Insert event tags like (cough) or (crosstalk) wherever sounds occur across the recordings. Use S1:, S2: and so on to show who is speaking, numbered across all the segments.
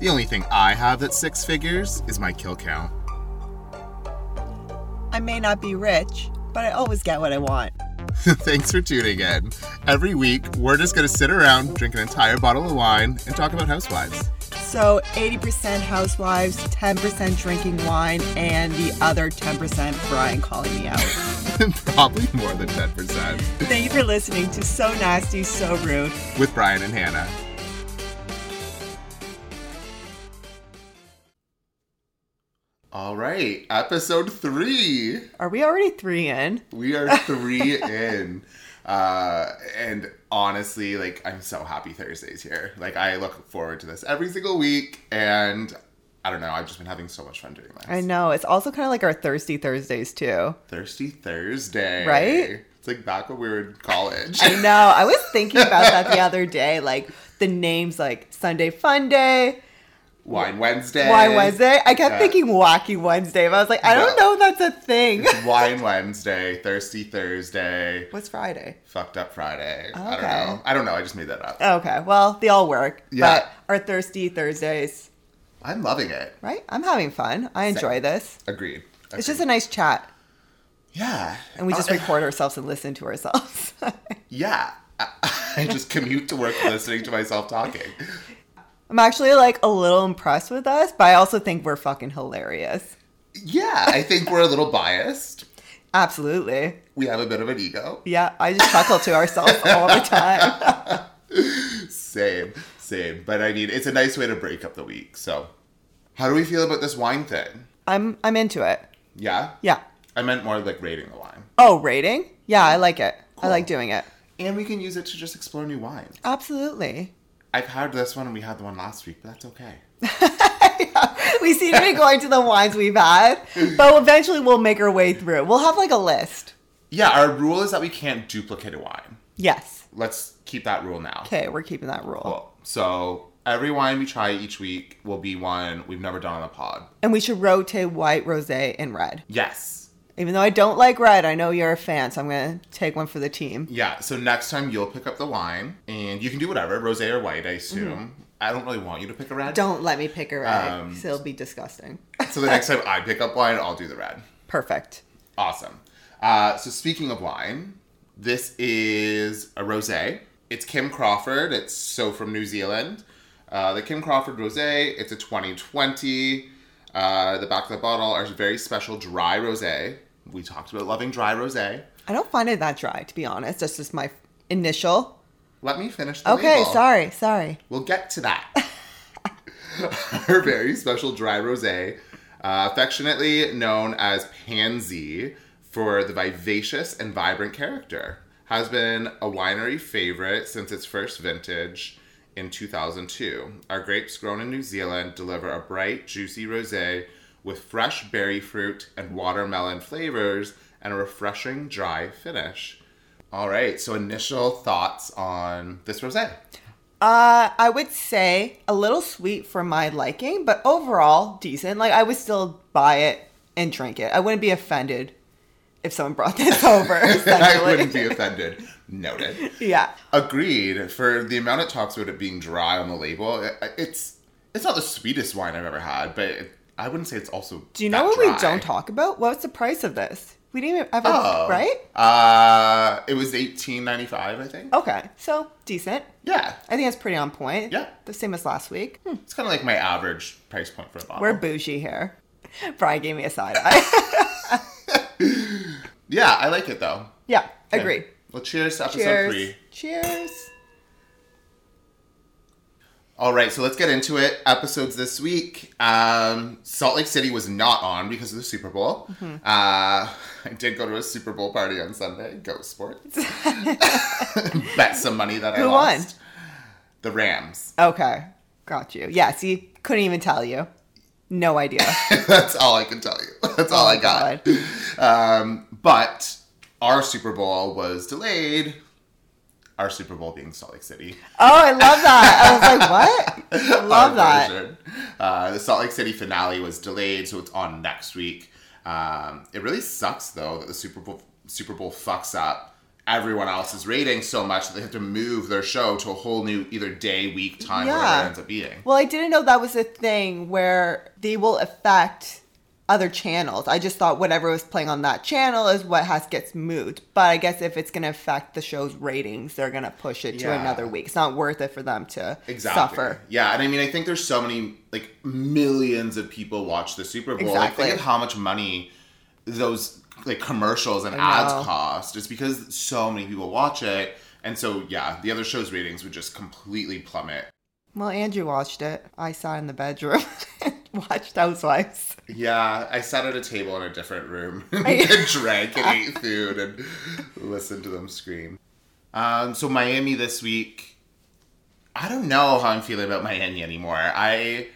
S1: The only thing I have that's six figures is my kill count. (laughs)
S2: I may not be rich, but I always get what I want.
S1: Thanks for tuning in. Every week, we're just going to sit around, drink an entire bottle of wine, and talk about housewives. (laughs)
S2: So 80% housewives, 10% drinking wine, and the other 10% Brian calling me out. (laughs)
S1: Probably more than 10%.
S2: Thank you for listening to So Nasty, So Rude.
S1: With Brian and Hannah. All right, episode three.
S2: Are we already three in?
S1: We
S2: (laughs)
S1: are three in. Uh, and honestly, like, I'm so happy Thursday's here. Like, I look forward to this every single week. And I don't know, I've just been having so much fun doing this.
S2: I know. It's also kind of like our Thirsty Thursdays, too.
S1: Thirsty Thursday.
S2: Right?
S1: It's like back when we were in college.
S2: I know. I was thinking about that the other day. Like, the names like Sunday Fun Day,
S1: (laughs) Wine Wednesday.
S2: Wine Wednesday. I kept
S1: Yeah.
S2: thinking Wacky Wednesday, but I was like, I don't
S1: No.
S2: know if that's a thing. (laughs)
S1: Wine Wednesday, Thirsty Thursday,
S2: What's Friday?
S1: Fucked Up Friday. I don't
S2: Okay.
S1: know. I don't know. I just made that up.
S2: Okay, well, they all work.
S1: Yeah.
S2: But our Thirsty Thursdays,
S1: I'm loving it.
S2: right? I'm having fun. I enjoy this.
S1: Agreed.
S2: It's
S1: Agreed.
S2: just a nice chat,
S1: yeah,
S2: and we just
S1: Uh,
S2: record ourselves and listen to ourselves. (laughs)
S1: yeah. (laughs) I, I just commute to work listening to myself talking.
S2: I'm actually like a little impressed with us, but I also think we're fucking hilarious.
S1: Yeah, I think we're a little biased.
S2: Absolutely.
S1: We have a bit of an ego.
S2: Yeah, I just chuckle
S1: (laughs)
S2: to ourselves all the time.
S1: Same, same. But I mean, it's a nice way to break up the week. So, how do we feel about this wine thing?
S2: I'm I'm into it.
S1: Yeah,
S2: Yeah.
S1: I meant more like rating the wine,
S2: Oh, rating? Yeah, I like it.
S1: Cool.
S2: I like doing it.
S1: and we can use it to just explore new wines.
S2: Absolutely. (laughs)
S1: I've had this one and we had the one last week, but that's okay.
S2: We seem to be going to the wines we've had, but eventually we'll make our way through. We'll have like a list.
S1: Yeah, our rule is that we can't duplicate a wine.
S2: Yes.
S1: Let's keep that rule now.
S2: Okay, we're keeping that rule.
S1: Cool. So every wine we try each week will be one we've never done on the pod.
S2: And we should rotate white, rosé, and red.
S1: Yes.
S2: Even though I don't like red, I know you're a fan, so I'm gonna take one for the team.
S1: Yeah. So next time you'll pick up the wine and you can do whatever, rosé or white, I assume. I don't really want you to pick a red.
S2: Mm-hmm. Don't let me pick a red,
S1: Um,
S2: 'cause it'll be disgusting. (laughs)
S1: So the next time I pick up wine, I'll do the red.
S2: Perfect.
S1: Awesome. Uh, so speaking of wine, this is a rosé. It's Kim Crawford. It's so from New Zealand. Uh, the Kim Crawford rosé. It's a 2020. Uh, the back of the bottle are very special dry rosé. We talked about loving dry rosé.
S2: I don't find it that dry, to be honest. That's just my initial.
S1: Let me finish the
S2: Okay,
S1: label.
S2: sorry, sorry.
S1: We'll get to that. (laughs) Our very special dry rosé, uh, affectionately known as Pansy for the vivacious and vibrant character, has been a winery favorite since its first vintage in 2002. Our grapes grown in New Zealand deliver a bright, juicy rosé with fresh berry fruit and watermelon flavors and a refreshing dry finish. All right, so initial thoughts on this rosé.
S2: Uh, I would say a little sweet for my liking, but overall decent. Like I would still buy it and drink it. I wouldn't be offended if someone brought this (laughs)
S1: (laughs)
S2: over.
S1: I
S2: essentially.
S1: wouldn't be offended. Noted.
S2: Yeah.
S1: Agreed. For the amount it talks about it being dry on the label, i- it's it's not the sweetest wine I've ever had, but it, I wouldn't say it's also.
S2: Do you
S1: that
S2: know what
S1: dry.
S2: we don't talk about? What's the price of this? We didn't even ever
S1: Oh,
S2: right? Oh.
S1: Uh, it was eighteen ninety five, I think.
S2: Okay, so decent.
S1: Yeah,
S2: I think that's pretty on point.
S1: Yeah.
S2: the same as last week. Hmm,
S1: it's kind of like my average price point for a bottle.
S2: We're bougie here. (laughs) Brian gave me a side eye. (laughs)
S1: yeah, I like it though.
S2: yeah,
S1: Okay.
S2: agree.
S1: Well, cheers to episode
S2: Cheers.
S1: three.
S2: Cheers.
S1: All right, so let's get into it. Episodes this week. Um, Salt Lake City was not on because of the Super Bowl.
S2: Mm-hmm.
S1: Uh, (laughs) I did go to a Super Bowl party on Sunday. Go
S2: (laughs)
S1: sports. Bet some money that I
S2: Who won?
S1: lost. The Rams. (laughs)
S2: Okay, got you. Yeah, see, couldn't even tell you. No idea.
S1: That's all I can tell you. (laughs) That's (laughs)
S2: Oh,
S1: all I got. Um, but our Super Bowl was delayed. Our Super Bowl being Salt Lake City.
S2: Oh, I love that. I was
S1: (laughs)
S2: like, what? I love
S1: our
S2: that.
S1: version. Uh, the Salt Lake City finale was delayed, so it's on next week. Um, it really sucks though that the Super Bowl Super Bowl fucks up everyone else's ratings so much that they have to move their show to a whole new either day, week, time,
S2: Yeah.
S1: whatever it ends up being.
S2: Well, I didn't know that was a thing where they will affect other channels. I just thought whatever was playing on that channel is what has gets moved. But I guess if it's going to affect the show's ratings, they're going to push it to
S1: Yeah.
S2: another week. It's not worth it for them to
S1: Exactly.
S2: suffer.
S1: Yeah, and I mean, I think there's so many like millions of people watch the Super Bowl. Like,
S2: Exactly.
S1: think of how much money those like commercials and
S2: I
S1: ads
S2: know.
S1: cost. It's because so many people watch it, and so yeah, the other show's ratings would just completely plummet.
S2: Well, Andrew watched it. I sat in the bedroom (laughs) and watched Housewives.
S1: Yeah, I sat at a table in a different room (laughs)
S2: I-
S1: and drank and ate food and listened to them scream. Um, so Miami this week, I don't know how I'm feeling about Miami anymore. I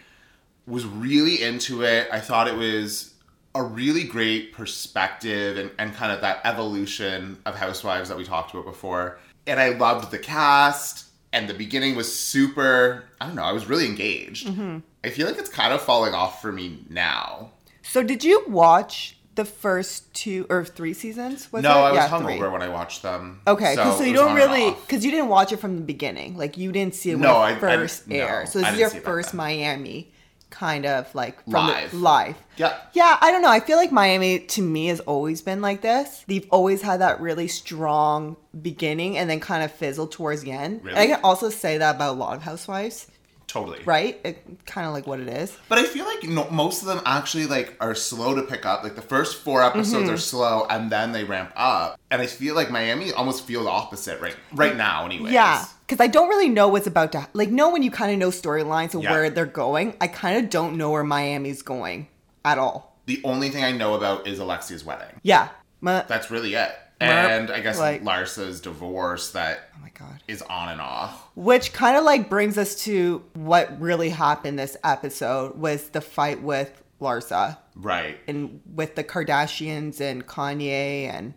S1: was really into it. I thought it was a really great perspective and, and kind of that evolution of Housewives that we talked about before. And I loved the cast, and the beginning was super, I don't know, I was really engaged.
S2: Mm-hmm.
S1: I feel like it's kind of falling off for me now.
S2: So, did you watch the first two or three seasons? Was
S1: no,
S2: it?
S1: I was
S2: Yeah,
S1: hungover
S2: three.
S1: when I watched them.
S2: Okay, 'cause so,
S1: it
S2: you
S1: was
S2: don't
S1: on and
S2: really
S1: off.
S2: because you didn't watch it from the beginning. Like you didn't see it when
S1: No, I- I
S2: it first
S1: didn't- no,
S2: aired. So
S1: I
S2: this is
S1: didn't
S2: your
S1: see it back
S2: first
S1: then.
S2: Miami kind of like from
S1: Live.
S2: The, live.
S1: Yeah.
S2: Yeah, I don't know. I feel like Miami to me has always been like this. They've always had that really strong beginning and then kind of fizzled towards the end. And I
S1: Really?
S2: can also say that about a lot of housewives,
S1: Totally.
S2: right? It kind of like what it is.
S1: But I feel like no, most of them actually like are slow to pick up. Like the first four episodes
S2: Mm-hmm.
S1: are slow, and then they ramp up. And I feel like Miami almost feels opposite right right now. Anyways.
S2: Mm, Yeah, because I don't really know what's about to like. Know when you kind of know storylines and
S1: Yeah.
S2: where they're going. I kind of don't know where Miami's going at all.
S1: The only thing I know about is Alexia's wedding.
S2: Yeah. Ma- oh
S1: That's really it.
S2: Mer-
S1: And I guess
S2: like-
S1: Larsa's divorce that
S2: oh my god.
S1: is on and off.
S2: Which kind of like brings us to what really happened this episode was the fight with Larsa
S1: Right.
S2: and with the Kardashians and Kanye and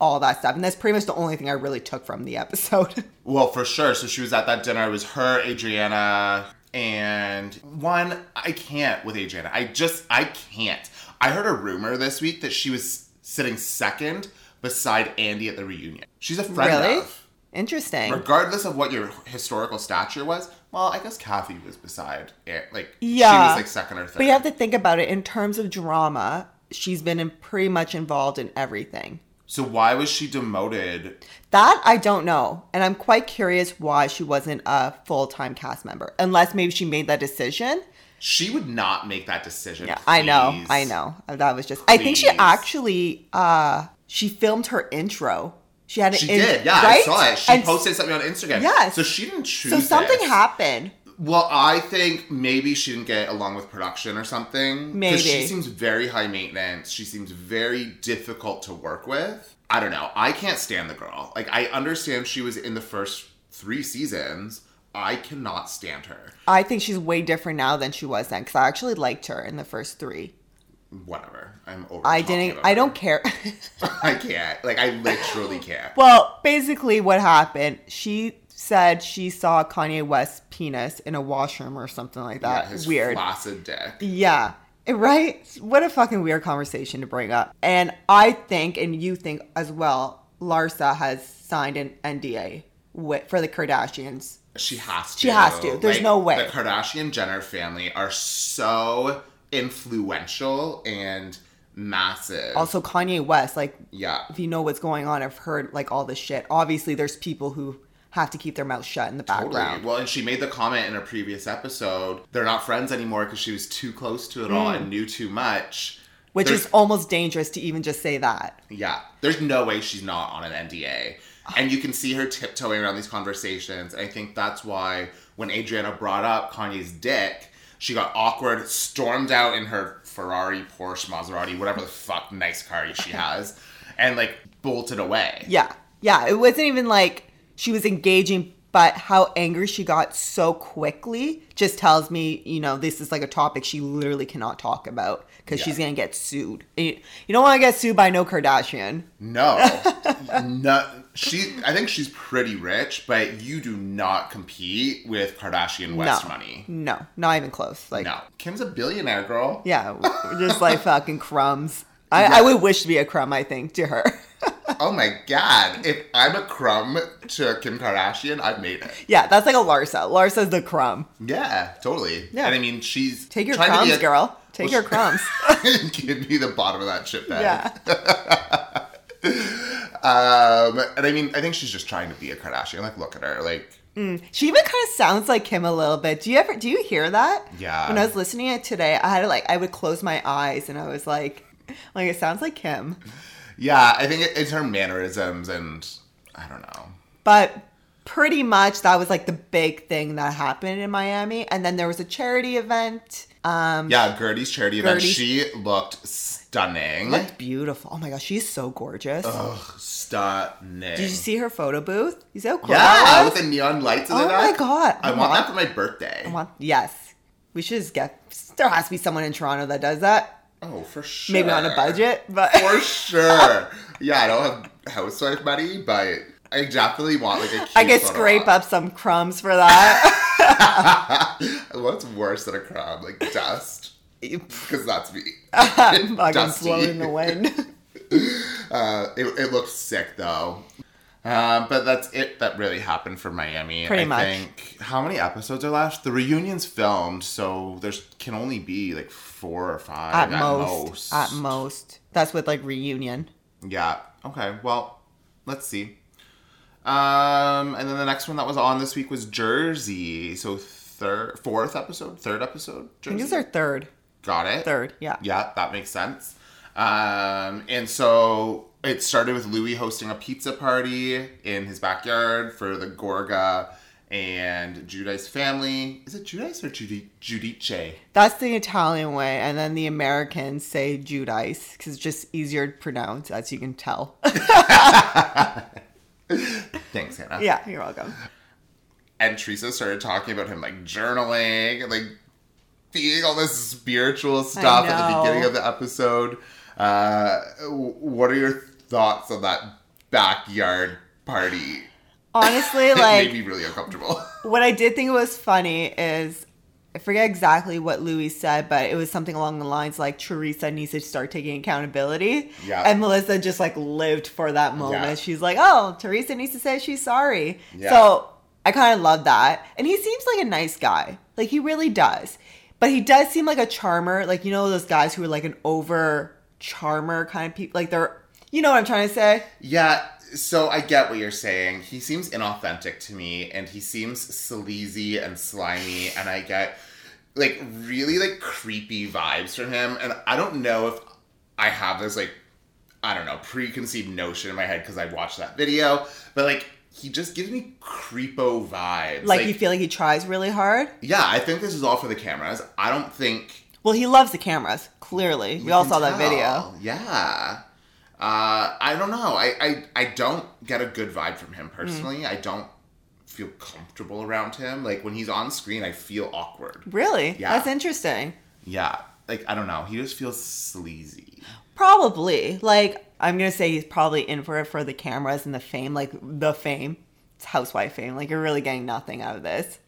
S2: all that stuff. And that's pretty much the only thing I really took from the episode. (laughs)
S1: Well, for sure. So she was at that dinner. It was her, Adriana, and one. I can't with Adriana. I just I can't. I heard a rumor this week that she was sitting second beside Andy at the reunion. She's a friend
S2: really?
S1: of.
S2: Interesting.
S1: Regardless of what your historical stature was, well, I guess Kathy was beside An- like she
S2: Yeah.
S1: was like second or third.
S2: But you have to think about it in terms of drama. She's been in pretty much involved in everything.
S1: so why was she demoted?
S2: That I don't know. And I'm quite curious why she wasn't a full time cast member, unless maybe she made that decision.
S1: She would not make that decision.
S2: Yeah, I know,
S1: please.
S2: I know. That was just. I think she
S1: Please.
S2: actually, uh, she filmed her intro. She had an
S1: She
S2: in-
S1: did, yeah. I
S2: right?
S1: saw it. She
S2: And
S1: posted something on Instagram.
S2: Yes.
S1: So she didn't choose.
S2: So something
S1: this.
S2: happened.
S1: Well, I think maybe she didn't get along with production or something. 'Cause
S2: Maybe.
S1: she seems very high maintenance. She seems very difficult to work with. I don't know. I can't stand the girl. Like I understand she was in the first three seasons. I cannot stand her.
S2: I think she's way different now than she was then because I actually liked her in the first three.
S1: Whatever. I'm over.
S2: I
S1: talking
S2: didn't.
S1: about
S2: I
S1: her.
S2: don't care.
S1: (laughs)
S2: (laughs)
S1: I can't. Like I literally can't.
S2: Well, basically, what happened? She said she saw Kanye West's penis in a washroom or something like (laughs) that.
S1: his
S2: Weird.
S1: flaccid dick.
S2: Yeah. Right? What a fucking weird conversation to bring up. And I think, and you think as well, Larsa has signed an NDA with, for the Kardashians.
S1: She has to.
S2: She has to. There's no way.
S1: The Kardashian Jenner family are so influential and massive.
S2: Also, Kanye West, like,
S1: yeah.
S2: if you know what's going on, I've heard like all this shit. Obviously, there's people who have to keep their mouth shut in the
S1: Totally.
S2: background.
S1: Well, and she made the comment in a previous episode. They're not friends anymore because she was too close to it all
S2: Mm.
S1: and knew too much.
S2: Which
S1: There's-
S2: is almost dangerous to even just say that.
S1: yeah. There's no way she's not on an NDA, and you can see her tiptoeing around these conversations. I think that's why when Adriana brought up Kanye's dick, she got awkward, stormed out in her Ferrari, Porsche, Maserati, whatever the fuck nice car she has, and like bolted away.
S2: Yeah. Yeah. It wasn't even like she was engaging, but how angry she got so quickly just tells me, you know, this is like a topic she literally cannot talk about because
S1: Yeah.
S2: she's going to get sued. And You you don't want to get sued by no Kardashian.
S1: No, no. She, I think she's pretty rich, but you do not compete with Kardashian West
S2: no.
S1: money.
S2: No, not even close. Like,
S1: No, Kim's a billionaire girl. (laughs)
S2: yeah, we're just like fucking crumbs. I, I would wish to be a crumb, I think, to her. (laughs)
S1: Oh my god! If I'm a crumb to Kim Kardashian, I've made it.
S2: Yeah, that's like a Larsa. Larsa's the crumb.
S1: Yeah, totally.
S2: Yeah.
S1: And I mean, she's
S2: Take your
S1: trying to be
S2: crumbs,
S1: a-
S2: girl. Take
S1: Well, (laughs)
S2: your crumbs.
S1: Give me the bottom of that shit bag.
S2: yeah.
S1: Um, and I mean, I think she's just trying to be a Kardashian. Like, look at her. Like,
S2: She even kind of sounds like him a little bit. Do you ever do you hear that?
S1: Yeah.
S2: When I was listening to it today, I had to like I would close my eyes and I was like, like it sounds like him.
S1: yeah, I think it, it's her mannerisms and I don't know.
S2: But pretty much that was like the big thing that happened in Miami. And then there was a charity event. Um
S1: Yeah, Gertie's charity event.
S2: Gertie's-
S1: She looked stunning.
S2: looked beautiful. Oh my gosh, she's so gorgeous.
S1: Ugh, stunning.
S2: Did you see her photo booth? You see how cool that
S1: Yeah,
S2: was?
S1: with the neon lights in the
S2: Oh my
S1: back.
S2: God.
S1: I
S2: I
S1: want that for my birthday.
S2: I want yes. We should just get there has to be someone in Toronto that does that.
S1: oh, for sure.
S2: Maybe on a budget, but
S1: For sure. yeah, I don't have housewife money, but I definitely want like a. Cute
S2: I could
S1: photo
S2: scrape
S1: op.
S2: up some crumbs for
S1: (laughs)
S2: that. (laughs)
S1: What's worse than a crumb? Like dust. Because that's me.
S2: I'm fucking
S1: Dusty.
S2: blown in the wind.
S1: Uh, it, it looks sick though. Um, but that's it that really happened for Miami.
S2: Pretty
S1: I
S2: much.
S1: think how many episodes are left? The reunion's filmed, so there's can only be like four or five
S2: at most, At most. That's with like reunion.
S1: Yeah. Okay. Well, let's see. Um, and then the next one that was on this week was Jersey. So third, fourth episode, third episode.
S2: I think
S1: Jersey.
S2: it's our third.
S1: Got it.
S2: Third, yeah.
S1: Yeah, that makes sense. Um, and so it started with Louis hosting a pizza party in his backyard for the Gorga and Judice family. Is it Judice or Judy Judice?
S2: That's the Italian way, and then the Americans say Judice because it's just easier to pronounce, as you can tell. (laughs)
S1: Thanks, Hannah.
S2: yeah, you're welcome.
S1: And Teresa started talking about him like journaling and like being all this spiritual stuff at the
S2: know.
S1: beginning of the episode. Uh, w- what are your thoughts on that backyard party?
S2: (laughs) Honestly,
S1: it made
S2: like
S1: me really uncomfortable. (laughs)
S2: what I did think was funny is I forget exactly what Louis said, but it was something along the lines like Teresa needs to start taking accountability.
S1: Yeah.
S2: And Melissa just like lived for that moment.
S1: Yeah.
S2: She's like, Oh, Teresa needs to say she's sorry.
S1: Yeah.
S2: So I kinda love that. And he seems like a nice guy. Like he really does. But he does seem like a charmer. Like, you know those guys who are like an over charmer kind of people like they're you know what I'm trying to say?
S1: Yeah, so I get what you're saying. He seems inauthentic to me and he seems sleazy and slimy and I get like really like creepy vibes from him and I don't know if I have this like I don't know, preconceived notion in my head cuz I watched that video, but like he just gives me creepo vibes.
S2: like you feel like he tries really hard.
S1: Yeah, I think this is all for the cameras. I don't think
S2: Well, he loves the cameras, clearly. We
S1: You
S2: all
S1: can
S2: saw that
S1: tell.
S2: video.
S1: Yeah. Uh, I don't know. I, I I don't get a good vibe from him personally. I don't feel comfortable around him. Like when he's on screen, I feel awkward.
S2: Really?
S1: Yeah.
S2: That's interesting.
S1: Yeah. Like I don't know. He just feels sleazy.
S2: Probably. Like, I'm going to say he's probably in for it for the cameras and the fame, like the fame. It's housewife fame. Like, you're really getting nothing out of this.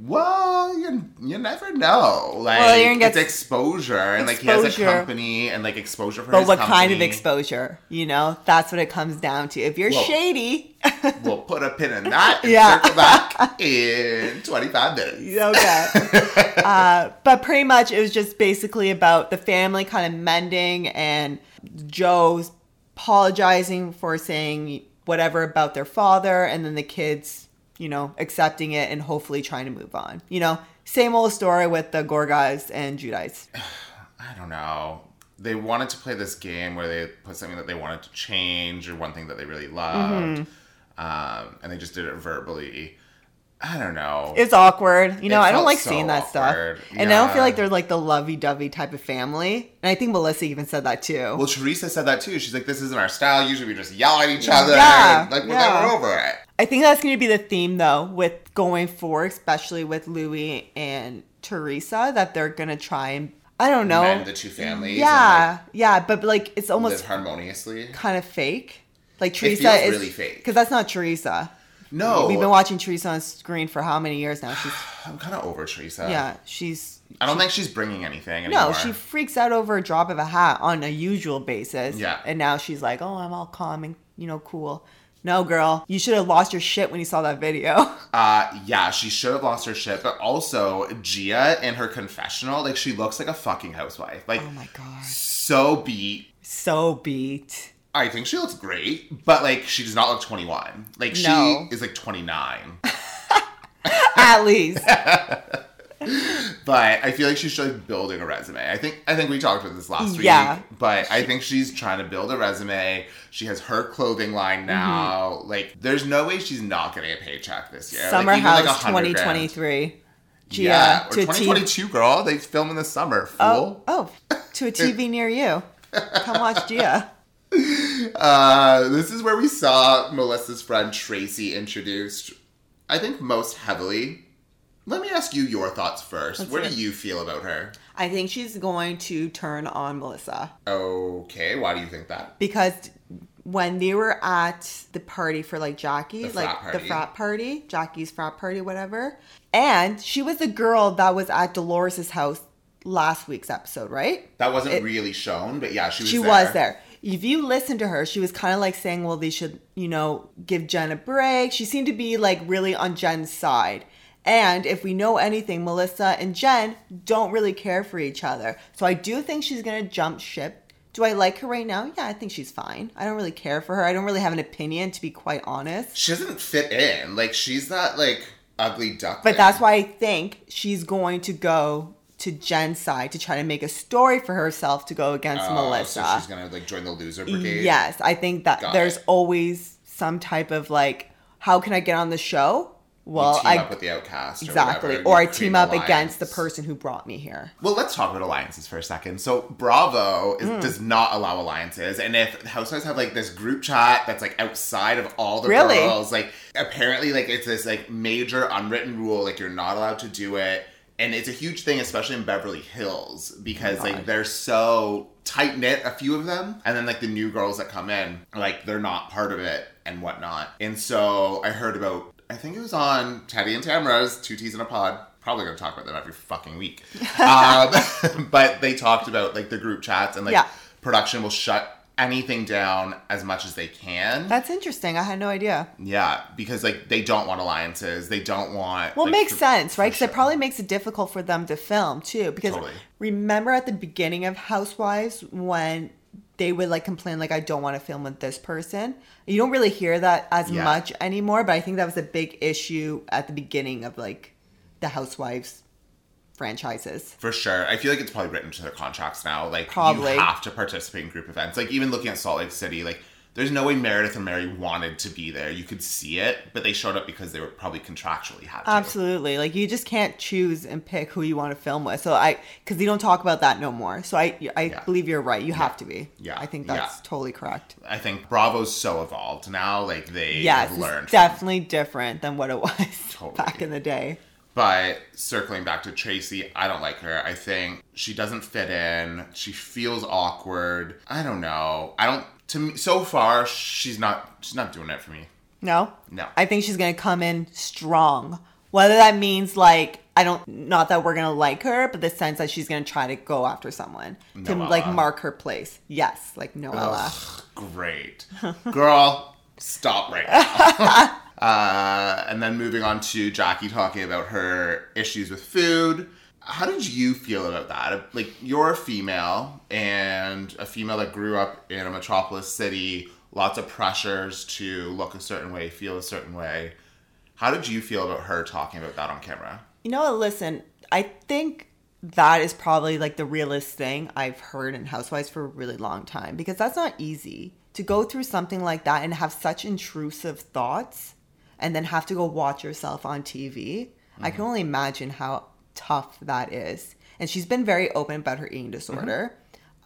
S1: Well, you you never know. Like
S2: Well, you're gonna
S1: it's
S2: get-
S1: exposure, and like he has a
S2: Exposure.
S1: company and like exposure for
S2: But
S1: his
S2: what kind of
S1: company.
S2: exposure? You know, that's what it comes down to. If you're
S1: Whoa.
S2: shady, (laughs)
S1: We'll put a pin in that. And
S2: Yeah.
S1: Circle back in twenty five minutes.
S2: okay.
S1: (laughs)
S2: uh, but pretty much it was just basically about the family kind of mending and Joe's apologizing for saying whatever about their father and then the kids, you know, accepting it and hopefully trying to move on. You know, same old story with the Gorgas and Judites.
S1: I don't know. They wanted to play this game where they put something that they wanted to change or one thing that they really
S2: Mm-hmm.
S1: loved, um, and they just did it verbally. I don't know.
S2: It's awkward. You know,
S1: It
S2: I don't
S1: felt
S2: like
S1: so
S2: seeing that stuff.
S1: awkward.
S2: And I don't
S1: Yeah.
S2: feel like they're like the lovey dovey type of family. And I think Melissa even said that too.
S1: well, Teresa said that too. She's like, "This isn't our style. Usually, we just yell at each other.
S2: Yeah,
S1: and, like we're
S2: yeah.
S1: never over it."
S2: I think that's going to be the theme though with going forward, especially with Louis and Teresa, that they're going to try and I don't know.
S1: Mend the two families.
S2: yeah, yeah, but like it's
S1: and, like, live
S2: almost
S1: harmoniously.
S2: kind of fake. Like
S1: feels
S2: Teresa is
S1: really fake. Oh.
S2: because that's not Teresa.
S1: No,
S2: We've been watching Teresa on screen for how many years
S1: (sighs)
S2: now? She's
S1: I'm kind of over Teresa.
S2: yeah, she's
S1: I don't think she's bringing anything anymore.
S2: no, she freaks out over a drop of a hat on a usual basis.
S1: Yeah.
S2: and now she's like, oh, I'm all calm and you know, cool. No, girl, you should have lost your shit when you saw that video.
S1: Uh, yeah, she should have lost her shit, but also Gia in her confessional, like she looks like a fucking housewife. Like,
S2: Oh my god.
S1: so beat.
S2: So beat.
S1: I think she looks great, but like she does not look 21. Like
S2: No.
S1: she is like 29.
S2: At
S1: (laughs)
S2: least.
S1: but I feel like she's like building a resume. I think I think we talked about this last
S2: Yeah.
S1: week, but I think she's trying to build a resume. She has her clothing
S2: Mm-hmm.
S1: line now. Like, there's no way she's not getting a paycheck this year. Like,
S2: Summer
S1: even, like,
S2: House
S1: 100 grand.
S2: 2023. Gia
S1: Yeah, or
S2: to a TV.
S1: 2022, girl. They film in the summer. Fool.
S2: Oh, oh, to
S1: (laughs)
S2: a TV near you. Come watch Gia.
S1: Uh, this is where we saw Melissa's friend Tracy introduced, I think, most heavily. Let me ask you your thoughts 1st
S2: Let's
S1: what
S2: hear
S1: do
S2: it.
S1: you feel about her?
S2: I think she's going to turn on Melissa
S1: Okay, why do you think that?
S2: because when they were at the party for like Jockey,
S1: The
S2: like
S1: frat
S2: the
S1: party.
S2: frat party, Jockey's frat party, whatever, and she was the girl that was at Dolores's house last week's episode, right?
S1: That wasn't
S2: It-
S1: really shown, but yeah, she was
S2: she
S1: there.
S2: was there. If you listen to her, she was kind of like saying, well, they should, you know, give Jen a break. She seemed to be like really on Jen's side. And if we know anything, Melissa and Jen don't really care for each other. So I do think she's going to jump ship. Do I like her right now? Yeah, I think she's fine. I don't really care for her. I don't really have an opinion, to be quite honest.
S1: She doesn't fit in. Like, she's that, like, ugly duck.
S2: But that's why I think she's going to go to Jen's side to try to make a story for herself to go against Melissa.
S1: Oh, So she's gonna, like, join the loser brigade.
S2: Yes, I think that
S1: Got
S2: there's
S1: it.
S2: always some type of like, how can I get on the show? Well,
S1: you team up
S2: I
S1: with the outcast. or
S2: exactly,
S1: whatever,
S2: or I
S1: you create
S2: team
S1: an
S2: up against the
S1: alliance.
S2: person who brought me here.
S1: Well, let's talk about alliances for a second. So, Bravo is, does not allow alliances, and if housewives have like this group chat that's like outside of all the
S2: Really?
S1: girls, like apparently, like it's this like major unwritten rule, like you're not allowed to do it, and it's a huge thing, especially in Beverly Hills, because like
S2: God.
S1: they're so tight knit, a few of them, and then like the new girls that come in, like they're not part of it and whatnot. And so I heard about, I think it was on Teddy and Tamara's Two Teas in a Pod. Probably gonna talk about them every fucking week. um, (laughs) but they talked about like the group chats and like
S2: Yeah.
S1: production will shut anything down as much as they can.
S2: That's interesting. I had no idea.
S1: yeah, because like they don't want alliances. They don't want.
S2: Well,
S1: like,
S2: it makes
S1: for-
S2: sense,
S1: for
S2: right? Because
S1: sure.
S2: it probably makes it difficult for them to film too. Because
S1: Totally.
S2: remember at the beginning of Housewives when they would like complain like I don't want to film with this person. You don't really hear that as
S1: Yeah.
S2: much anymore, but I think that was a big issue at the beginning of like the Housewives franchises.
S1: For sure. I feel like it's probably written to their contracts now. Like,
S2: Probably.
S1: you have to participate in group events. Like, even looking at Salt Lake City, like, there's no way Meredith and Mary wanted to be there. You could see it, but they showed up because they were probably contractually had to.
S2: Absolutely. Like you just can't choose and pick who you want to film with. So I cuz you don't talk about that no more. So I I
S1: Yeah.
S2: believe you're right. You have to be.
S1: Yeah.
S2: I think
S1: Yeah.
S2: that's totally correct.
S1: I think Bravo's so evolved now. Like, they
S2: Yes,
S1: have
S2: it's
S1: learned.
S2: definitely different than what it (laughs) was
S1: Totally.
S2: back in the day.
S1: But circling back to Tracy, I don't like her. I think she doesn't fit in. She feels awkward. I don't know. I don't. To me, so far, she's not. She's not doing it for me.
S2: No?
S1: No.
S2: I think she's going to come in strong. Whether that means like I don't not that we're going to like her, but the sense that she's going to try to go after someone to
S1: Noella.
S2: like mark her place. Yes, like Noella.
S1: Ugh, great. Girl, stop right now. uh, and then moving on to Jackie talking about her issues with food. How did you feel about that? Like, you're a female and a female that grew up in a metropolis city, lots of pressures to look a certain way, feel a certain way. How did you feel about her talking about that on camera?
S2: You know what? Listen, I think that is probably like the realest thing I've heard in Housewives for a really long time because that's not easy to go through something like that and have such intrusive thoughts and then have to go watch yourself on TV. I can only imagine how tough that is. And she's been very open about her eating disorder.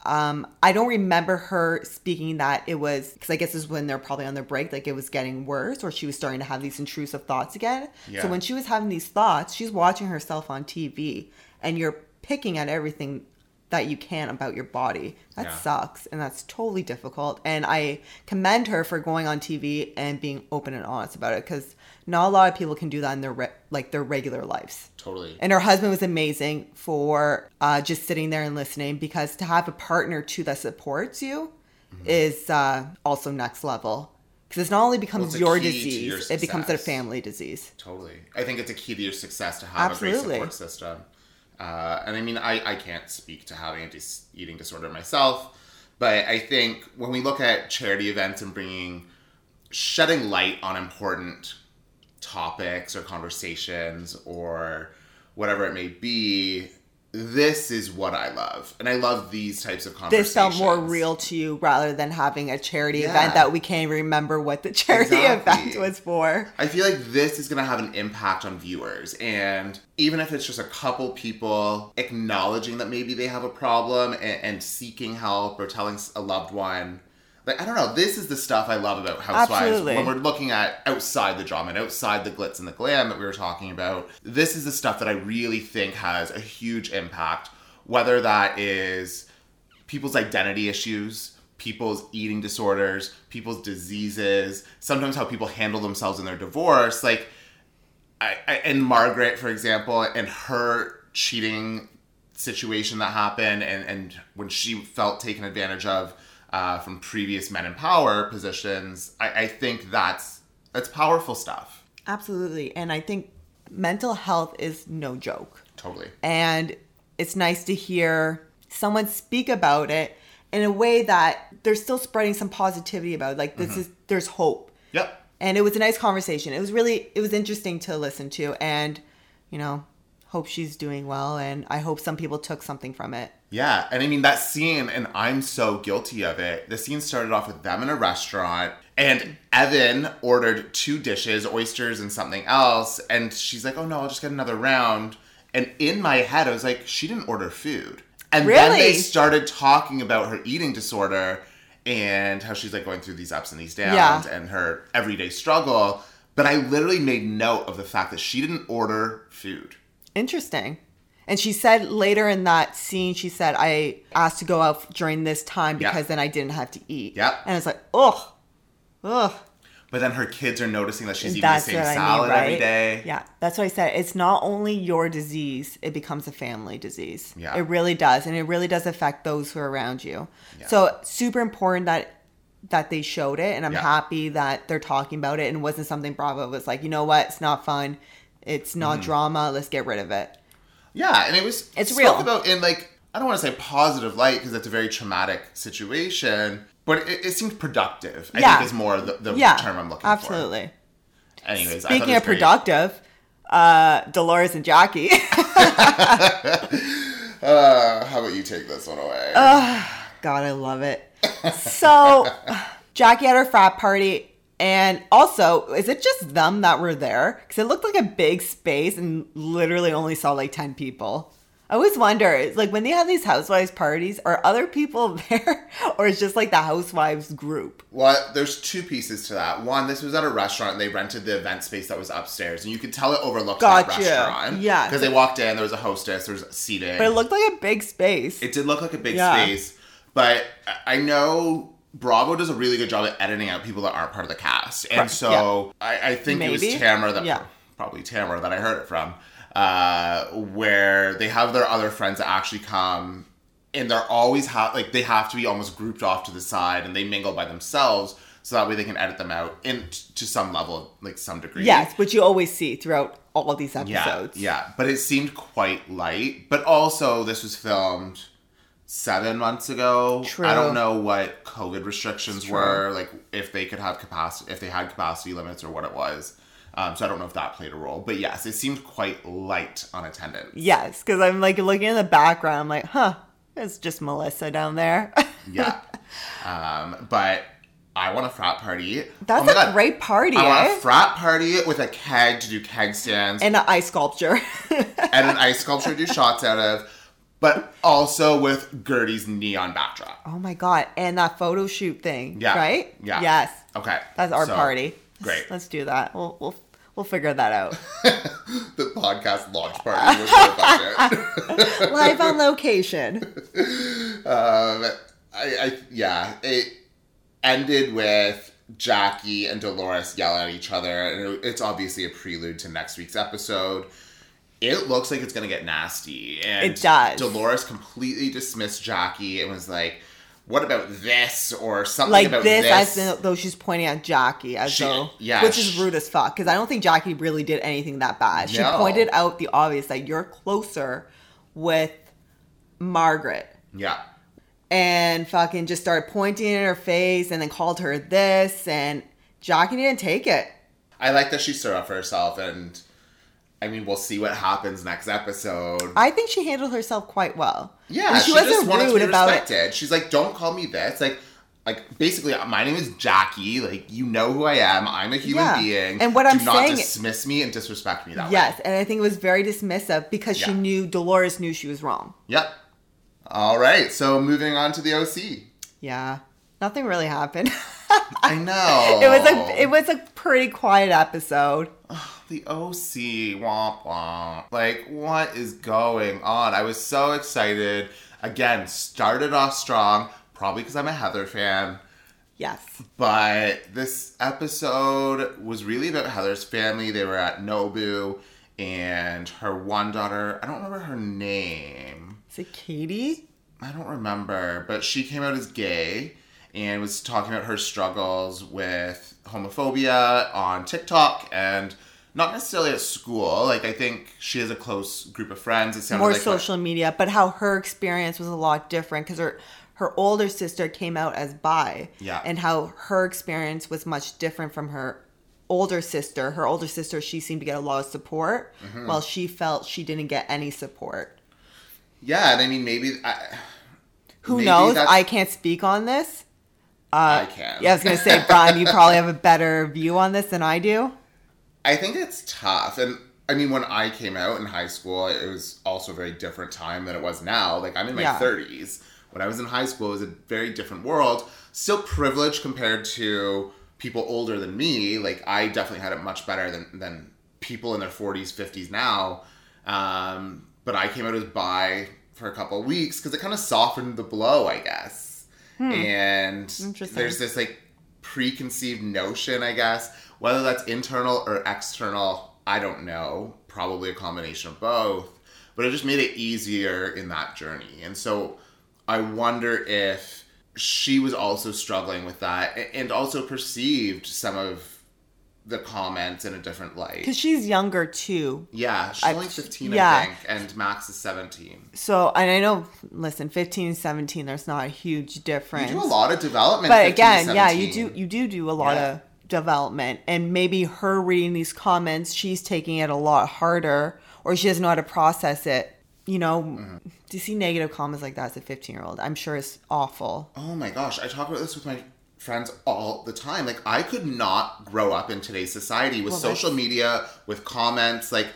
S2: Um, I don't remember her speaking that it was because I guess this is when they're probably on their break, like it was getting worse, or she was starting to have these intrusive thoughts again.
S1: Yeah.
S2: So when she was having these thoughts, she's watching herself on TV, and you're picking at everything that you can about your body. That
S1: Yeah.
S2: sucks, and that's totally difficult. And I commend her for going on TV and being open and honest about it, because not a lot of people can do that in their re- like their regular lives.
S1: Totally.
S2: And her husband was amazing for uh, just sitting there and listening
S1: Mm-hmm.
S2: because to have a partner too that supports you is uh, also next level. Because it not only becomes
S1: it's a
S2: your
S1: key to
S2: disease,
S1: your
S2: it becomes a
S1: success.
S2: family disease.
S1: Totally. I think it's a key to your success to have a
S2: Absolutely.
S1: great support system. Uh, and I mean, I, I can't speak to having a dis- eating disorder myself, but I think when we look at charity events and bringing, shedding light on important topics or conversations or whatever it may be, this is what I love. And I love these types of conversations.
S2: This felt more real to you rather than having a charity
S1: Yeah.
S2: event that we can't remember what the charity
S1: Exactly.
S2: event was for.
S1: I feel like this is going to have an impact on viewers. And even if it's just a couple people acknowledging that maybe they have a problem and, and seeking help or telling s- a loved one, like, I don't know, this is the stuff I love about Housewives.
S2: Absolutely.
S1: When we're looking at outside the drama and outside the glitz and the glam that we were talking about, this is the stuff that I really think has a huge impact, whether that is people's identity issues, people's eating disorders, people's diseases, sometimes how people handle themselves in their divorce. Like, I, I, and Margaret, for example, and her cheating situation that happened, and, and when she felt taken advantage of uh, from previous men in power positions, I, I think that's that's powerful stuff.
S2: Absolutely. And I think mental health is no joke.
S1: Totally.
S2: And it's nice to hear someone speak about it in a way that they're still spreading some positivity about it. Like this is there's hope.
S1: Yep.
S2: And it was a nice conversation. It was really it was interesting to listen to and you know, hope she's doing well and I hope some people took something from it.
S1: Yeah, and I mean that scene, and I'm so guilty of it. The scene started off with them in a restaurant, and Evan ordered two dishes, oysters and something else, and she's like, "Oh no, I'll just get another round." And in my head, I was like, "She didn't order food." And then they
S2: Really?
S1: started talking about her eating disorder and how she's like going through these ups and these downs
S2: Yeah.
S1: and her everyday struggle. But I literally made note of the fact that she didn't order food.
S2: Interesting. And she said later in that scene, she said, I asked to go out during this time
S1: Yeah.
S2: because then I didn't have to eat.
S1: Yep.
S2: And it's like, oh, oh,
S1: But then her kids are noticing that she's eating the
S2: that's
S1: same
S2: what I
S1: salad
S2: mean, right?
S1: every day.
S2: Yeah, that's what I said. It's not only your disease; it becomes a family disease.
S1: Yeah.
S2: it really does, and it really does affect those who are around you.
S1: Yeah.
S2: So super important that that they showed it, and I'm
S1: Yeah.
S2: happy that they're talking about it, and it wasn't something Bravo was like, you know what, it's not fun, it's not
S1: Mm-hmm.
S2: drama, let's get rid of it.
S1: Yeah, and it was
S2: It's
S1: spoke
S2: real.
S1: about in like I don't want to say positive light because that's a very traumatic situation, but it, it seemed productive. I
S2: Yeah.
S1: think is more the, the
S2: yeah,
S1: term I'm looking for. Absolutely.
S2: absolutely.
S1: Anyways, I thought
S2: Speaking
S1: it was
S2: of
S1: great.
S2: productive, uh, Dolores and Jackie. (laughs)
S1: uh, how about you take this one away?
S2: Uh. God, I love it. So, Jackie had her frat party, and also, is it just them that were there? Because it looked like a big space, and literally only saw like ten people. I always wonder, it's like when they have these housewives parties, are other people (laughs) there, or is just like the housewives group?
S1: Well, there's two pieces to that. One, this was at a restaurant. And they rented the event space that was upstairs, and you could tell it overlooked that
S2: Gotcha.
S1: restaurant.
S2: Yeah.
S1: because they walked in, there was a hostess, there was seating.
S2: But it looked like a big space.
S1: It did look like a big
S2: Yeah.
S1: space, but I- I know Bravo does a really good job at editing out people that aren't part of the cast, and
S2: Correct,
S1: so I, I think it was
S2: Maybe.
S1: Tamara that
S2: Yeah.
S1: probably Tamara that I heard it from, uh, where they have their other friends that actually come. And they're always ha- like they have to be almost grouped off to the side, and they mingle by themselves, so that way they can edit them out in t- to some level, like some degree.
S2: yes, which you always see throughout all these episodes.
S1: Yeah, yeah, but it seemed quite light. But also, this was filmed seven months ago.
S2: True.
S1: I don't know what COVID restrictions
S2: true.
S1: were, like if they could have capacity, if they had capacity limits or what it was. Um, so I don't know if that played a role. But yes, it seemed quite light on attendance.
S2: (laughs) Yes, because I'm like looking in the background, I'm like, huh, it's just Melissa down there. (laughs)
S1: Yeah. um, but I want a frat party.
S2: That's
S1: Oh my
S2: a
S1: God.
S2: great party,
S1: I want
S2: eh?
S1: a frat party with a keg to do keg stands.
S2: and an ice sculpture. (laughs)
S1: and an ice sculpture to do shots out of, but also with Gertie's neon backdrop.
S2: oh my god! And that photo shoot thing.
S1: Yeah.
S2: Right.
S1: Yeah.
S2: Yes.
S1: Okay.
S2: That's our
S1: so,
S2: party.
S1: Great.
S2: Let's do that. We'll we'll we'll figure that out.
S1: (laughs)
S2: (laughs)
S1: The podcast launch party was so budget.
S2: Live on
S1: (laughs)
S2: location. (laughs)
S1: um, I, I, yeah, it ended with Jackie and Dolores yelling at each other, and it- it's obviously a prelude to next week's episode. It looks like it's gonna get nasty, and
S2: It does.
S1: Dolores completely dismissed Jackie and was like, what about this or something
S2: like
S1: about
S2: this,
S1: this.
S2: as though she's pointing at Jockey, as
S1: She-
S2: though,
S1: yeah,
S2: which is
S1: sh-
S2: rude as fuck. Because I don't think Jockey really did anything that bad. She
S1: No.
S2: pointed out the obvious that you're closer with Margaret,
S1: yeah.
S2: and fucking just started pointing in her face, and then called her this, and Jockey didn't take it.
S1: I like that she stood up for herself, and I mean, we'll see what happens next episode.
S2: I think she handled herself quite well.
S1: Yeah,
S2: And
S1: she,
S2: she,
S1: just
S2: wasn't
S1: wanted
S2: rude
S1: to be
S2: about it.
S1: respected. She's like, "Don't call me this." Like, like basically, my name is Jackie. Like, you know who I am. I'm a human
S2: Yeah.
S1: being.
S2: And what I'm
S1: Do not
S2: saying-
S1: dismiss me and disrespect me that way.
S2: Yes, and I think it was very dismissive because she
S1: Yeah.
S2: knew Dolores knew she was wrong.
S1: Yep. All right. So moving on to the OC.
S2: Yeah, nothing really happened. (laughs)
S1: I know
S2: It was
S1: Oh.
S2: a it was a pretty quiet episode.
S1: the OC. Womp womp. Like, what is going on? I was so excited. Again, started off strong. Probably because I'm a Heather fan.
S2: Yes.
S1: But this episode was really about Heather's family. They were at Nobu and her one daughter, I don't remember her name.
S2: Is it Katie?
S1: I don't remember, but she came out as gay and was talking about her struggles with homophobia on TikTok and not necessarily at school. Like I think she has a close group of friends. It sounded
S2: More
S1: like
S2: social media, but how her experience was a lot different because her her older sister came out as bi.
S1: Yeah.
S2: And how her experience was much different from her older sister. Her older sister, she seemed to get a lot of support,
S1: Mm-hmm.
S2: while she felt she didn't get any support.
S1: Yeah, and I mean maybe I,
S2: Who
S1: Maybe
S2: knows?
S1: that's-
S2: I can't speak on this.
S1: I can.
S2: Uh, Yeah, I was
S1: (laughs)
S2: gonna say, Brian, you probably have a better view on this than I do.
S1: I think it's tough. And I mean, when I came out in high school, it was also a very different time than it was now. Like, I'm in my
S2: Yeah.
S1: 30s. When I was in high school, it was a very different world. Still privileged compared to people older than me. Like, I definitely had it much better than, than people in their 40s, 50s now. Um, but I came out as bi for a couple of weeks because it kind of softened the blow, I guess. And
S2: Hmm. Interesting.
S1: there's this like preconceived notion, I guess, whether that's internal or external, I don't know. Probably a combination of both, but it just made it easier in that journey. And so I wonder if she was also struggling with that a- and also perceived some of the comments in a different
S2: Because
S1: light.
S2: she's younger too,
S1: Yeah, she's
S2: I-
S1: only 15, I
S2: yeah.
S1: think, and Max is 17.
S2: So, and I know, listen, 15 and 17, there's not a huge
S1: You
S2: difference.
S1: do a lot of development.
S2: but
S1: 15 to
S2: again, yeah, you
S1: 17.
S2: do, you do do a lot
S1: Yeah.
S2: of development. And maybe her reading these comments, she's taking it a lot harder or she doesn't know how to process it. You know,
S1: Mm-hmm.
S2: to see negative comments like that as a 15 year old, I'm sure it's awful.
S1: Oh my gosh, I talk about this with my friends all the time. Like, I could not grow up in today's society with
S2: Well, that's-
S1: social media, with comments. Like,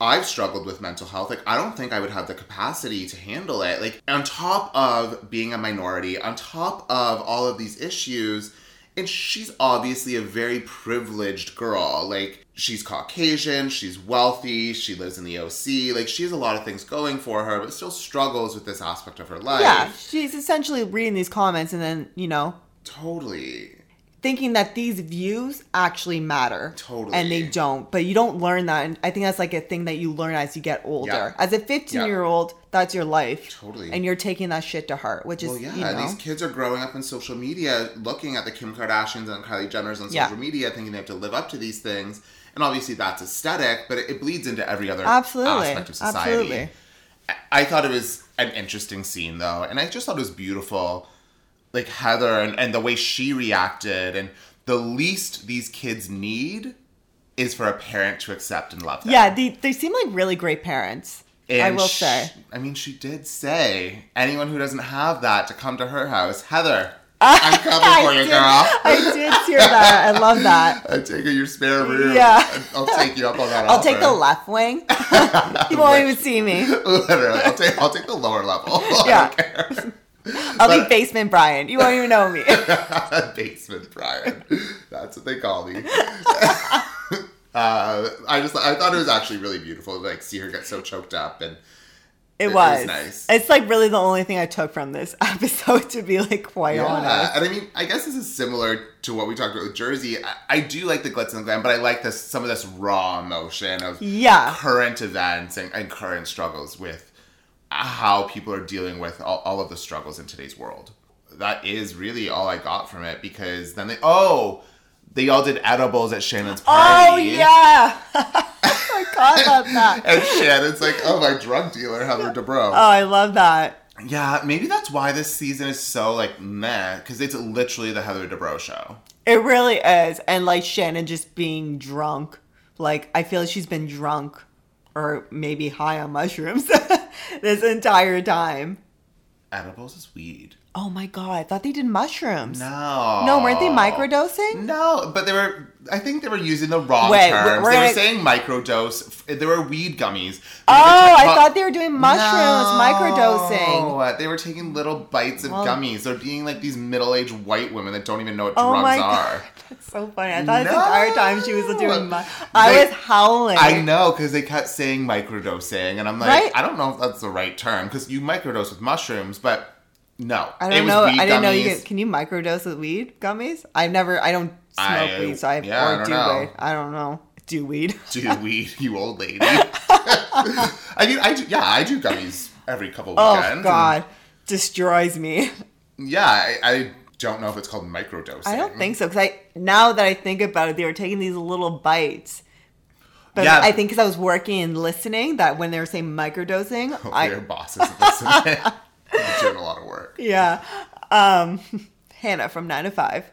S1: I've struggled with mental health. Like, I don't think I would have the capacity to handle it. Like, on top of being a minority, on top of all of these issues, and she's obviously a very privileged girl. Like, she's Caucasian, she's wealthy, she lives in the OC. Like, she has a lot of things going for her, but still struggles with this aspect of her life.
S2: Yeah, she's essentially reading these comments and then, you know,
S1: Totally.
S2: thinking that these views actually matter.
S1: Totally.
S2: And they don't. But you don't learn that. And I think that's like a thing that you learn as you get older.
S1: Yeah.
S2: As a 15 year old, that's your life.
S1: Totally.
S2: And you're taking that shit to heart, which is,
S1: Well, yeah,
S2: you know.
S1: these kids are growing up in social media, looking at the Kim Kardashians and Kylie Jenners on
S2: Yeah.
S1: social media, thinking they have to live up to these things. And obviously, that's aesthetic, but it, it bleeds into every other
S2: Absolutely.
S1: aspect of society.
S2: Absolutely.
S1: I- I thought it was an interesting scene, though, and I just thought it was beautiful, like Heather and, and the way she reacted, and the least these kids need is for a parent to accept and love them.
S2: yeah, they, they seem like really great parents. I
S1: And
S2: will
S1: sh-
S2: say.
S1: I mean, she did say anyone who doesn't have that to come to her house.
S2: (laughs)
S1: Heather, I'm coming for
S2: I
S1: you,
S2: did,
S1: girl.
S2: (laughs) I did hear that. I love that.
S1: (laughs) I take you your spare room.
S2: Yeah.
S1: and I'll take you up on that.
S2: (laughs) I'll take the
S1: offer. (laughs)
S2: left wing. you won't even see me.
S1: literally. I'll take I'll take the lower level. (laughs)
S2: Yeah.
S1: I don't care. (laughs)
S2: I'll be basement Brian. You won't even know me.
S1: basement Brian. That's what they call
S2: (laughs)
S1: me. (laughs) uh, I just I thought it was actually really beautiful to like see her get so choked up and
S2: It
S1: was
S2: was.
S1: nice.
S2: It's like really the only thing I took from this (laughs) episode, to be like quite
S1: Yeah,
S2: honest.
S1: and I mean, I guess this is similar to what we talked about with Jersey. I, I do like the glitz and glam, but I like this some of this raw emotion of
S2: Yeah.
S1: current events and, and current struggles with how people are dealing with all, all of the struggles in today's world. that is really all I got from it because then they oh they all did edibles at Shannon's party.
S2: Oh yeah, (laughs) I forgot
S1: (laughs)
S2: about that.
S1: And Shannon's like, oh, my drug dealer, Heather Dubrow.
S2: Oh, I love that.
S1: yeah, maybe that's why this season is so like meh, because it's literally the Heather Dubrow show.
S2: It really is, and like Shannon just being drunk. Like I feel like she's been drunk, or maybe high on mushrooms, (laughs) this entire time.
S1: Edibles is weed.
S2: Oh my god, I thought they did mushrooms.
S1: No.
S2: No, weren't they microdosing?
S1: No, but they were. I think they were using the wrong
S2: Wait, we're-
S1: terms.
S2: we're
S1: they were
S2: gonna-
S1: saying microdose. F- There were weed gummies.
S2: Oh, I thought they were doing mushrooms, microdosing.
S1: microdosing. They were taking little bites of
S2: Well-
S1: gummies. They're being like these middle-aged white women that don't even know what
S2: Oh
S1: drugs
S2: my
S1: are.
S2: god, (laughs) that's so funny. I thought the
S1: No.
S2: entire time she was doing. Mu- I
S1: They-
S2: was howling.
S1: I know because they kept saying microdosing, and I'm like,
S2: Right?
S1: I don't know if that's the right term because you microdose with mushrooms, but no,
S2: I don't know. I didn't know you
S1: gummies.
S2: could, can you microdose with weed gummies. I've never. I don't smoke
S1: I-
S2: weed, so I
S1: yeah, I
S2: or
S1: don't
S2: do
S1: know.
S2: weed. I don't know. Do weed. (laughs)
S1: do (laughs) weed, you old lady. (laughs) I do, I do, yeah, I do gummies every couple
S2: Oh
S1: weekends. and-
S2: God, destroys me.
S1: Yeah, I, I don't know if it's called microdosing.
S2: I don't think so because I now that I think about it, they were taking these little bites. But
S1: Yeah.
S2: I think because I was working and listening, that when they were saying microdosing,
S1: Hope your
S2: I
S1: boss isn't listening.
S2: (laughs)
S1: You're doing a lot of work.
S2: yeah, um, (laughs) Hannah from nine
S1: (laughs)
S2: to five.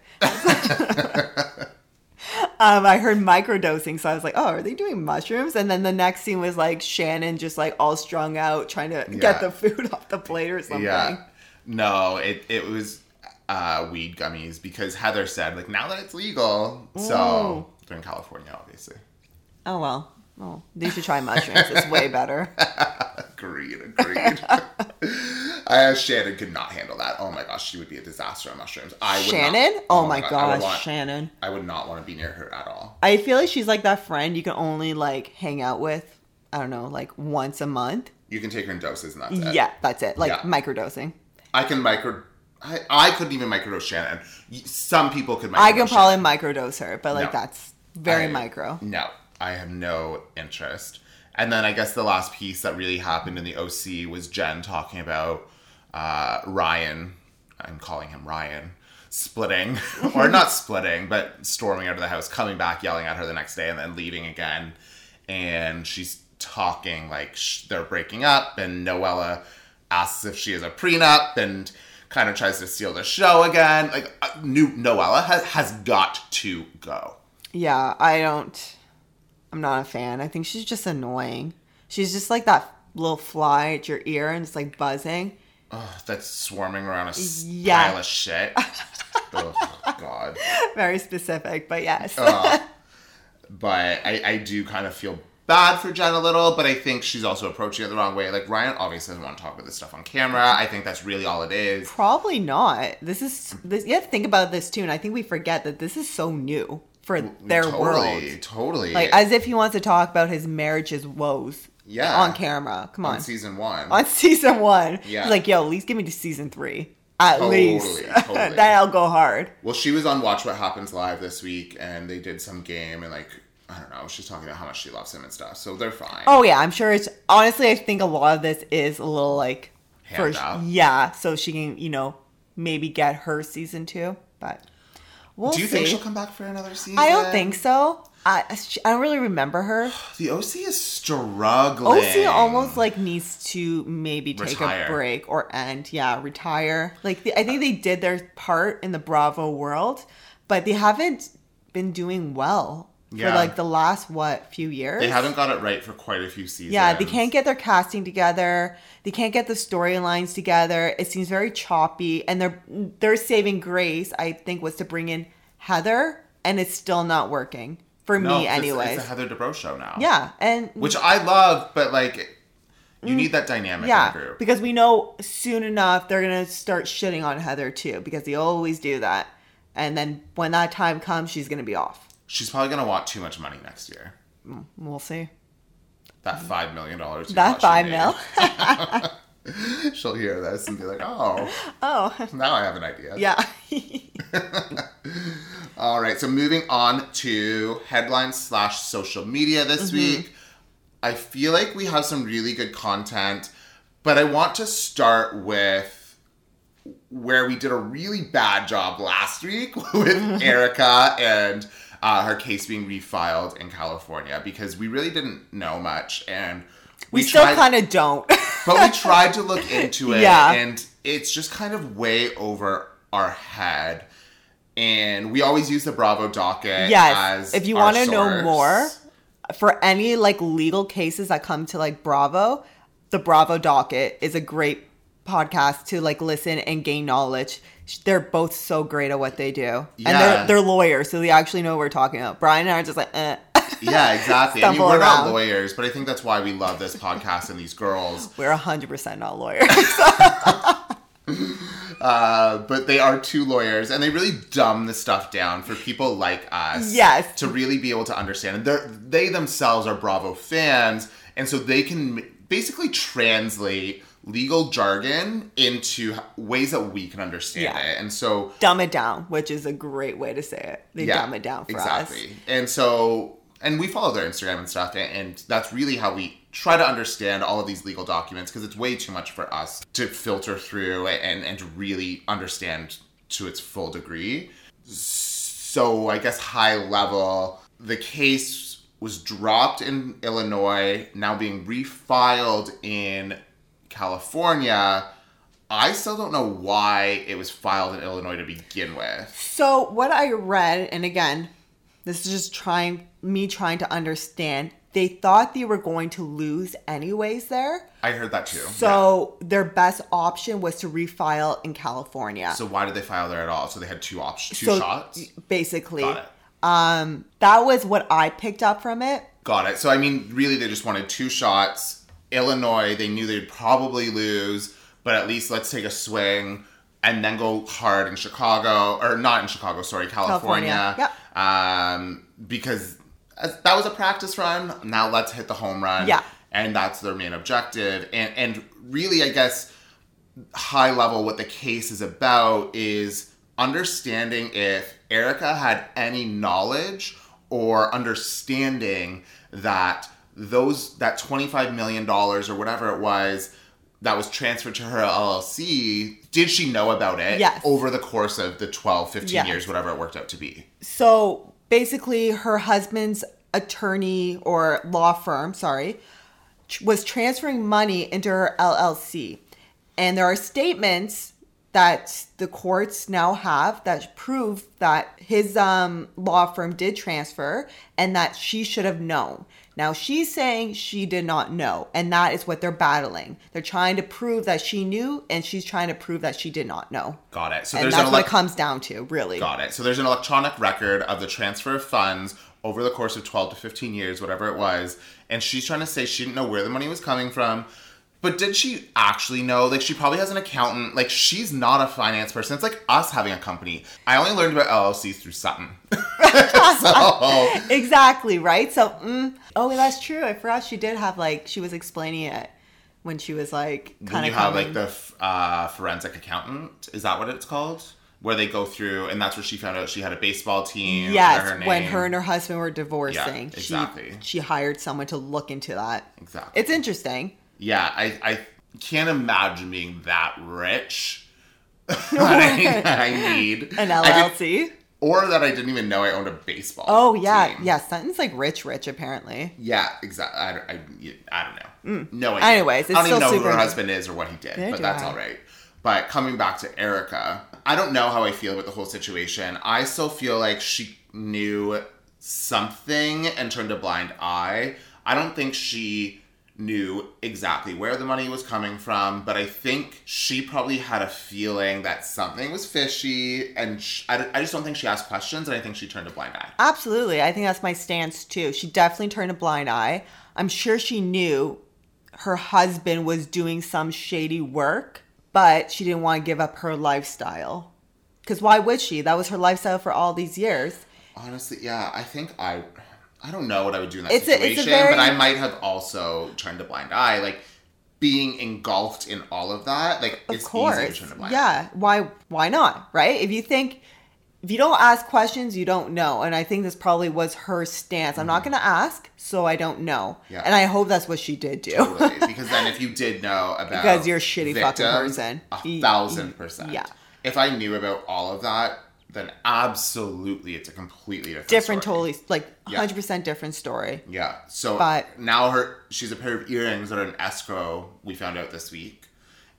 S2: um, I heard microdosing, so I was like, "Oh, are they doing mushrooms?" And then the next scene was like Shannon just like all strung out trying to
S1: Yeah.
S2: get the food (laughs) off the plate or something.
S1: Yeah. No, it it was uh, weed gummies because Heather said like now that it's legal, so they're in California, obviously. (laughs)
S2: Oh well, well, they should try mushrooms. it's way better.
S1: Agreed, agreed. (laughs) uh, Shannon could not handle that. Oh my gosh, she would be a disaster on mushrooms. (laughs) I would
S2: Shannon?
S1: Not,
S2: oh, my
S1: I would
S2: gosh,
S1: want-
S2: Shannon.
S1: I would not want to be near her at all.
S2: I feel like she's like that friend you can only like hang out with, I don't know, like once a month.
S1: You can take her in doses, and that's it.
S2: yeah, that's it. Like
S1: Yeah.
S2: microdosing.
S1: I can micro. I, I couldn't even microdose Shannon. Y- Some people could microdose.
S2: I can
S1: Shannon.
S2: probably microdose her, but like
S1: No.
S2: that's very
S1: I-
S2: micro.
S1: No, I have no interest. And then I guess the last piece that really happened in the OC was Jen talking about uh, Ryan. I'm calling him Ryan. Splitting, (laughs) or
S2: (laughs)
S1: not splitting, but storming out of the house, coming back, yelling at her the next day, and then leaving again. And she's talking like sh- they're breaking up, and Noella asks if she is a prenup, and kind of tries to steal the show again. Like, uh, new Noella has, has got to go.
S2: Yeah, I don't. I'm not a fan. I think she's just annoying. She's just like that little fly at your ear and it's like buzzing. (laughs)
S1: Ugh, (sighs) that's swarming around a s-
S2: Yeah.
S1: pile of
S2: (laughs)
S1: shit. oh God.
S2: Very specific, but yes.
S1: Ugh. but I, I do kind of feel bad for Jen a little, but I think she's also approaching it the wrong way. Like Ryan obviously doesn't want to talk about this stuff on camera. I think that's really all it is.
S2: (laughs) Probably not. This is this. You have to think about this too, and I think we forget that this is so new for their
S1: Mm, totally,
S2: world.
S1: Totally.
S2: Like as if he wants to talk about his marriage's woes.
S1: Yeah.
S2: On camera. Come on.
S1: on season one.
S2: (laughs) on season one.
S1: Yeah.
S2: He's like, yo, at least give me to season three. At
S1: Totally,
S2: least.
S1: totally.
S2: (laughs) That'll go hard.
S1: Well, she was on Watch What Happens Live this week and they did some game and like I don't know, she's talking about how much she loves him and stuff. So they're fine.
S2: Oh yeah, I'm sure it's honestly I think a lot of this is a little like
S1: Hand
S2: for-
S1: out.
S2: yeah, so she can, you know, maybe get her season two. But we'll
S1: do you
S2: see.
S1: think she'll come back for another season?
S2: I don't think so. I, she- I don't really
S1: (sighs)
S2: remember her. (sighs)
S1: The OC is struggling.
S2: OC almost like needs to maybe take
S1: Retire.
S2: a break or end. Yeah, retire. Like the, I think they did their part in the Bravo world, but they haven't been doing well
S1: Yeah.
S2: for like the last what few years.
S1: They haven't got it right for quite a few seasons.
S2: Yeah, they can't get their casting together. They can't get the storylines together. It seems very choppy, and their their saving grace, I think, was to bring in Heather, and it's still not working for
S1: No,
S2: me,
S1: it's-
S2: anyways.
S1: It's a Heather DeBro show now.
S2: yeah, and
S1: Which I love, but like, you need that dynamic
S2: Mm. Yeah,
S1: in a group.
S2: because we know soon enough they're gonna start shitting on Heather too, because they always do that. And then when that time comes, she's gonna be off.
S1: She's probably going to want too much money next year.
S2: We'll see.
S1: That $5 million. dollars you
S2: That
S1: thought
S2: five
S1: she
S2: mil. (laughs)
S1: made. (laughs) She'll hear this and be like, oh,
S2: Oh, (laughs)
S1: now I have an idea.
S2: yeah. (laughs)
S1: All right, so moving on to headlines slash social media this
S2: Mm-hmm.
S1: week. I feel like we have some really good content, but I want to start with where we did a really bad job last week (laughs)
S2: Mm-hmm.
S1: with Erica and uh, her case being refiled in California because we really didn't know much and
S2: We, still
S1: tried-
S2: kind of don't. (laughs)
S1: but we tried to look into it
S2: Yeah.
S1: and it's just kind of way over our head and we always use the bravo docket
S2: yes.
S1: as
S2: If you
S1: our
S2: want to know
S1: source.
S2: more for any like legal cases that come to like Bravo, the Bravo Docket is a great podcast to like listen and gain knowledge. Sh- They're both so great at what they do. And
S1: Yeah.
S2: they're, they're lawyers, so they actually know what we're talking about. Brian and I are just like, eh.
S1: (laughs)
S2: (laughs)
S1: yeah exactly i mean
S2: Stumble
S1: we're not
S2: around.
S1: lawyers but i think that's why we love this podcast and these girls
S2: we're 100% not lawyers.
S1: uh, but they are two lawyers and they really dumb the stuff down for people like us
S2: (laughs) Yes.
S1: to really be able to understand and they're, they themselves are bravo fans and so they can m- basically translate legal jargon into h- ways that we can understand
S2: Yeah.
S1: it and so
S2: dumb it down, which is a great way to say it. They
S1: yeah,
S2: dumb it down for us.
S1: exactly and so and we follow their instagram and stuff and, and that's really how we try to understand all of these legal documents because it's way too much for us to filter through and and to really understand to its full degree so i guess high level the case was dropped in illinois now being refiled in california i still don't know why it was filed in illinois to begin with
S2: So what I read, and again, this is just trying me trying to understand. They thought they were going to lose anyways there.
S1: I heard that too. Yeah.
S2: So their best option was to refile in California.
S1: so why did they file there at all? So they had two options, two
S2: So,
S1: shots.
S2: Basically.
S1: Got it.
S2: That was what I picked up from it.
S1: Got it. So I mean, really, they just wanted two shots. Illinois, they knew they'd probably lose, but at least let's take a swing and then go hard in Chicago, or not in Chicago, sorry, California.
S2: California,
S1: Um, because as- that was a practice run. Now let's hit the home run.
S2: Yeah.
S1: And that's their main objective. And and really, I guess high level what the case is about is understanding if Erica had any knowledge or understanding that those that 25 million dollars or whatever it was that was transferred to her LLC did she know about it
S2: Yes.
S1: over the course of the 12 15
S2: Yes.
S1: years whatever it worked out to be
S2: So basically, her husband's attorney or law firm, sorry, tr- was transferring money into her LLC. And there are statements that the courts now have that prove that his um, law firm did transfer and that she should have known. Now she's saying she did not know, and that is what they're battling. They're trying to prove that she knew, and she's trying to prove that she did not know.
S1: got it so
S2: And
S1: there's
S2: that's
S1: an
S2: what it
S1: elec-
S2: comes down to, really.
S1: Got it. So there's an electronic record of the transfer of funds over the course of 12 to 15 years, whatever it was. And she's trying to say she didn't know where the money was coming from. But did she actually know? Like, she probably has an accountant. Like, she's not a finance person. It's like us having a company. I only learned about LLCs through Sutton. (laughs)
S2: (laughs)
S1: so,
S2: exactly right so mm, oh that's true i forgot she did have like she was explaining it when she was like
S1: when
S2: kind
S1: you
S2: of
S1: have like the f- uh, forensic accountant, is that what it's called? Where they go through, and that's where she found out she had a baseball team.
S2: yes
S1: under
S2: when
S1: name.
S2: her and her husband were divorcing
S1: Yeah, exactly.
S2: she, she hired someone to look into that
S1: Exactly.
S2: it's interesting
S1: Yeah, I, I can't imagine being that
S2: (laughs)
S1: rich. (laughs) I, I need
S2: an
S1: I didn't-
S2: llc
S1: or that I didn't even know I owned a baseball.
S2: oh yeah
S1: team.
S2: yeah sutton's like rich rich apparently
S1: yeah, exactly. I, don't- I, you- I don't know. No idea.
S2: Mm. Anyways, it's
S1: I don't even
S2: still
S1: know who
S2: super-
S1: her husband is or what he did,
S2: Neither
S1: but
S2: do
S1: that's
S2: I.
S1: all right. But coming back to Erica, I don't know how I feel about the whole situation. I still feel like she knew something and turned a blind eye. I don't think she knew exactly where the money was coming from, but I think she probably had a feeling that something was fishy, and sh I, I just don't think she asked questions, and I think she turned a blind eye.
S2: Absolutely. I think that's my stance too. She definitely turned a blind eye. I'm sure she knew her husband was doing some shady work, but she didn't want to give up her lifestyle. Because why would she? That was her lifestyle for all these years.
S1: Honestly, yeah, I think I, I don't know what I would do in that
S2: It's a- it's a
S1: situation,
S2: very-
S1: but I might have also turned a blind eye, like being engulfed in all of that. Like
S2: Of
S1: it's easy to
S2: course.
S1: turn a blind eye.
S2: Yeah. Why why not? Right? If you think if you don't ask questions, you don't know. And I think this probably was her stance. I'm not going to ask, so I don't know.
S1: Mm-hmm. Yeah.
S2: And I hope that's what she did do. (laughs)
S1: Totally. because then if you did know about
S2: Because you're a shitty fucking
S1: victims,
S2: person. Y-
S1: a thousand percent
S2: yeah.
S1: if i knew about all of that then absolutely it's a completely different
S2: different,
S1: story.
S2: totally, like
S1: Yeah.
S2: 100% different story.
S1: yeah so
S2: But-
S1: now her she's a pair of earrings that are in escrow we found out this week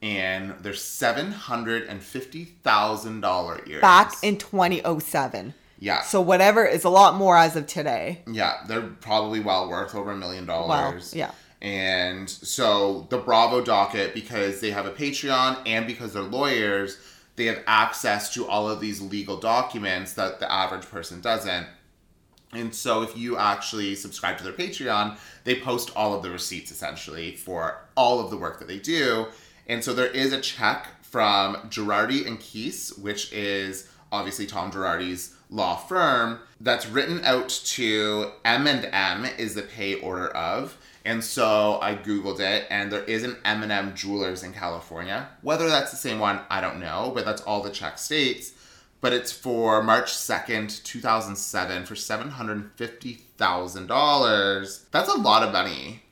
S1: and they're seven hundred and fifty thousand dollar earrings
S2: Back in 2007.
S1: yeah
S2: So whatever is a lot more as of today.
S1: Yeah, they're probably well worth over a million dollars.
S2: yeah. (laughs)
S1: And so the Bravo docket, because they have a Patreon and because they're lawyers, they have access to all of these legal documents that the average person doesn't. And so if you actually subscribe to their Patreon, they post all of the receipts essentially for all of the work that they do. And so there is a check from Girardi and Keese, which is obviously Tom Girardi's law firm, that's written out to M and M is the pay order of. And so I googled it, and there is an M&M Jewelers in California. Whether that's the same one, I don't know, but that's all the check states but it's for March 2nd, 2007 for $750,000. That's a lot of money.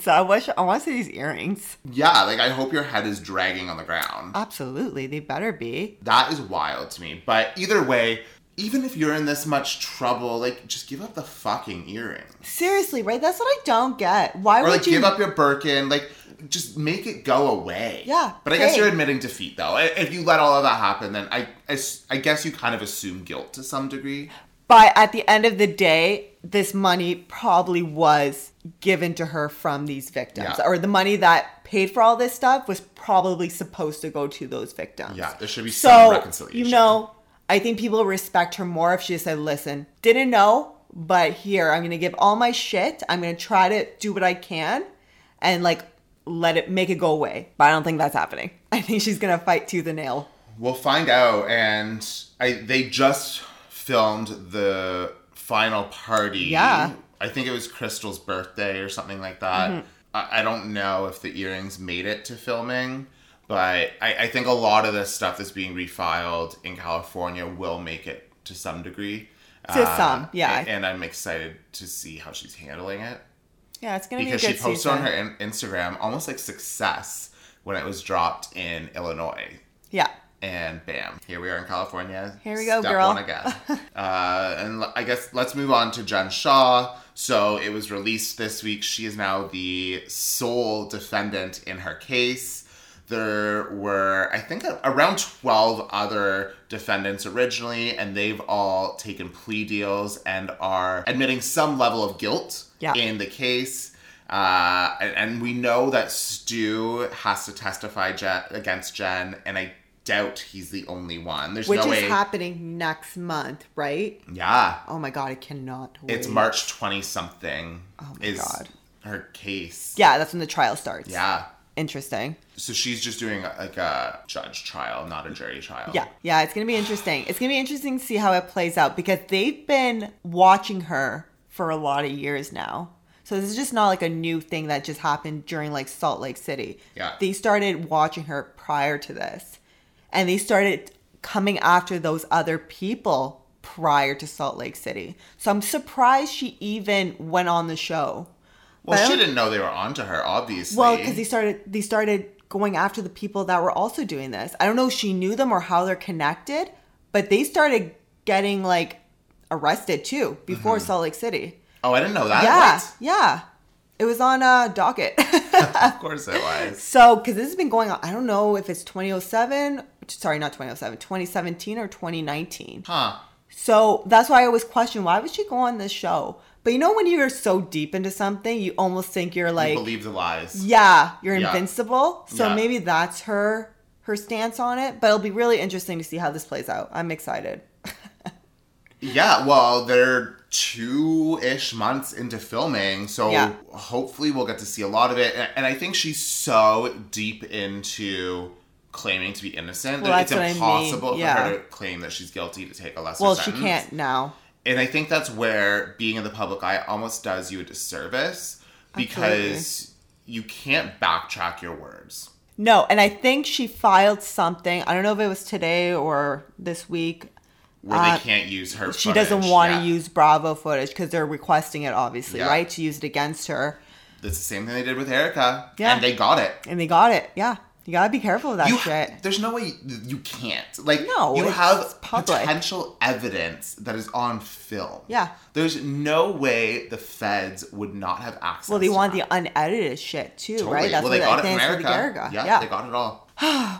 S2: so I wish, I want to see these earrings.
S1: Yeah, like I hope your head is dragging on the ground.
S2: Absolutely. They better be.
S1: That is wild to me. But either way, even if you're in this much trouble, like just give up the fucking earrings.
S2: Seriously, right? That's what I don't get. Why
S1: Or
S2: would
S1: like
S2: you
S1: give up your Birkin, like just make it go away.
S2: Yeah,
S1: But I guess
S2: hey.
S1: you're admitting defeat though. I- If you let all of that happen, then I, I s- I guess you kind of assume guilt to some degree.
S2: But at the end of the day, this money probably was given to her from these victims,
S1: Yeah.
S2: or the money that paid for all this stuff was probably supposed to go to those victims.
S1: Yeah, there should be some
S2: So,
S1: reconciliation.
S2: you know, I think people respect her more if she just said, listen, didn't know, but here, I'm going to give all my shit. I'm going to try to do what I can and like let it make it go away. But I don't think that's happening. (laughs) I think she's going to fight tooth and nail.
S1: We'll find out. And I they just filmed the final party.
S2: Yeah. Mm-hmm.
S1: I think it was Crystal's birthday or something like that. I, I don't know if the earrings made it to filming, but I, I think a lot of this stuff that's being refiled in California will make it to some degree. Uh,
S2: To some, yeah.
S1: And, and I'm excited to see how she's handling it
S2: Yeah, it's going to be a
S1: because
S2: good
S1: she posted
S2: season.
S1: on her in- Instagram almost like success when it was dropped in Illinois
S2: Yeah.
S1: and bam, here we are in California.
S2: Here we go,
S1: Step
S2: girl.
S1: One again. uh, and l- I guess let's move on to Jen Shaw. So it was released this week. She is now the sole defendant in her case. There were, I think, a- around 12 other defendants originally, and they've all taken plea deals and are admitting some level of guilt
S2: Yeah.
S1: in the case. Uh, and, and we know that Stu has to testify Je- against Jen, and I doubt he's the only one. There's
S2: Which
S1: no way.
S2: is happening next month, right?
S1: yeah,
S2: Oh my god, I cannot wait.
S1: it's March twenty something.
S2: Oh my
S1: is
S2: God.
S1: Her case.
S2: Yeah, that's when the trial starts.
S1: Yeah.
S2: Interesting.
S1: So she's just doing like a judge trial, not a jury trial.
S2: Yeah. Yeah, it's going to be interesting. It's going to be interesting to see how it plays out because they've been watching her for a lot of years now. So this is just not like a new thing that just happened during like Salt Lake City.
S1: Yeah.
S2: They started watching her prior to this. And they started coming after those other people prior to Salt Lake City. So I'm surprised she even went on the show.
S1: Well,
S2: But-
S1: she didn't know they were onto her, obviously.
S2: Well, because they started they started going after the people that were also doing this. I don't know if she knew them or how they're connected, but they started getting like arrested too before Salt Lake City.
S1: Oh, I didn't know that.
S2: yeah,
S1: Mm-hmm. What?
S2: yeah. It was on uh, docket. (laughs)
S1: Of course it was.
S2: so, because this has been going on, I don't know if it's 2007, sorry, not 2007, 2017 or 2019.
S1: Huh.
S2: So that's why I always question why would she go on this show? But you know, when you're so deep into something, you almost think you're like,
S1: you believe the lies.
S2: yeah, you're
S1: Yeah.
S2: invincible. So
S1: Yeah.
S2: maybe that's her her stance on it, but it'll be really interesting to see how this plays out. I'm excited.
S1: Yeah, well, they're two ish months into filming, so
S2: Yeah.
S1: hopefully we'll get to see a lot of it. And- And I think she's so deep into claiming to be innocent
S2: Well,
S1: that it's
S2: that's what I mean,
S1: impossible
S2: yeah.
S1: for her to claim that she's guilty to take a lesser
S2: well,
S1: sentence.
S2: she can't now.
S1: And I think that's where being in the public eye almost does you a disservice because you can't backtrack your words.
S2: No, and I think she filed something. I don't know if it was today or this week
S1: where
S2: Uh,
S1: they can't use her.
S2: She
S1: footage.
S2: doesn't want to
S1: Yeah.
S2: use Bravo footage because they're requesting it, obviously,
S1: Yeah.
S2: right? To use it against her.
S1: That's the same thing they did with Erica.
S2: Yeah.
S1: and they got it.
S2: And they got it. Yeah. You got to be careful of that
S1: you,
S2: shit.
S1: There's no way you can't. Like,
S2: No,
S1: you
S2: it's
S1: have
S2: public.
S1: potential evidence that is on film.
S2: Yeah.
S1: There's no way the feds would not have access.
S2: Well, they
S1: to
S2: want
S1: that.
S2: the unedited shit too,
S1: Totally.
S2: right?
S1: well,
S2: what
S1: they got it
S2: I
S1: from
S2: think is
S1: Erica.
S2: with Garriga.
S1: Yeah, they got it all.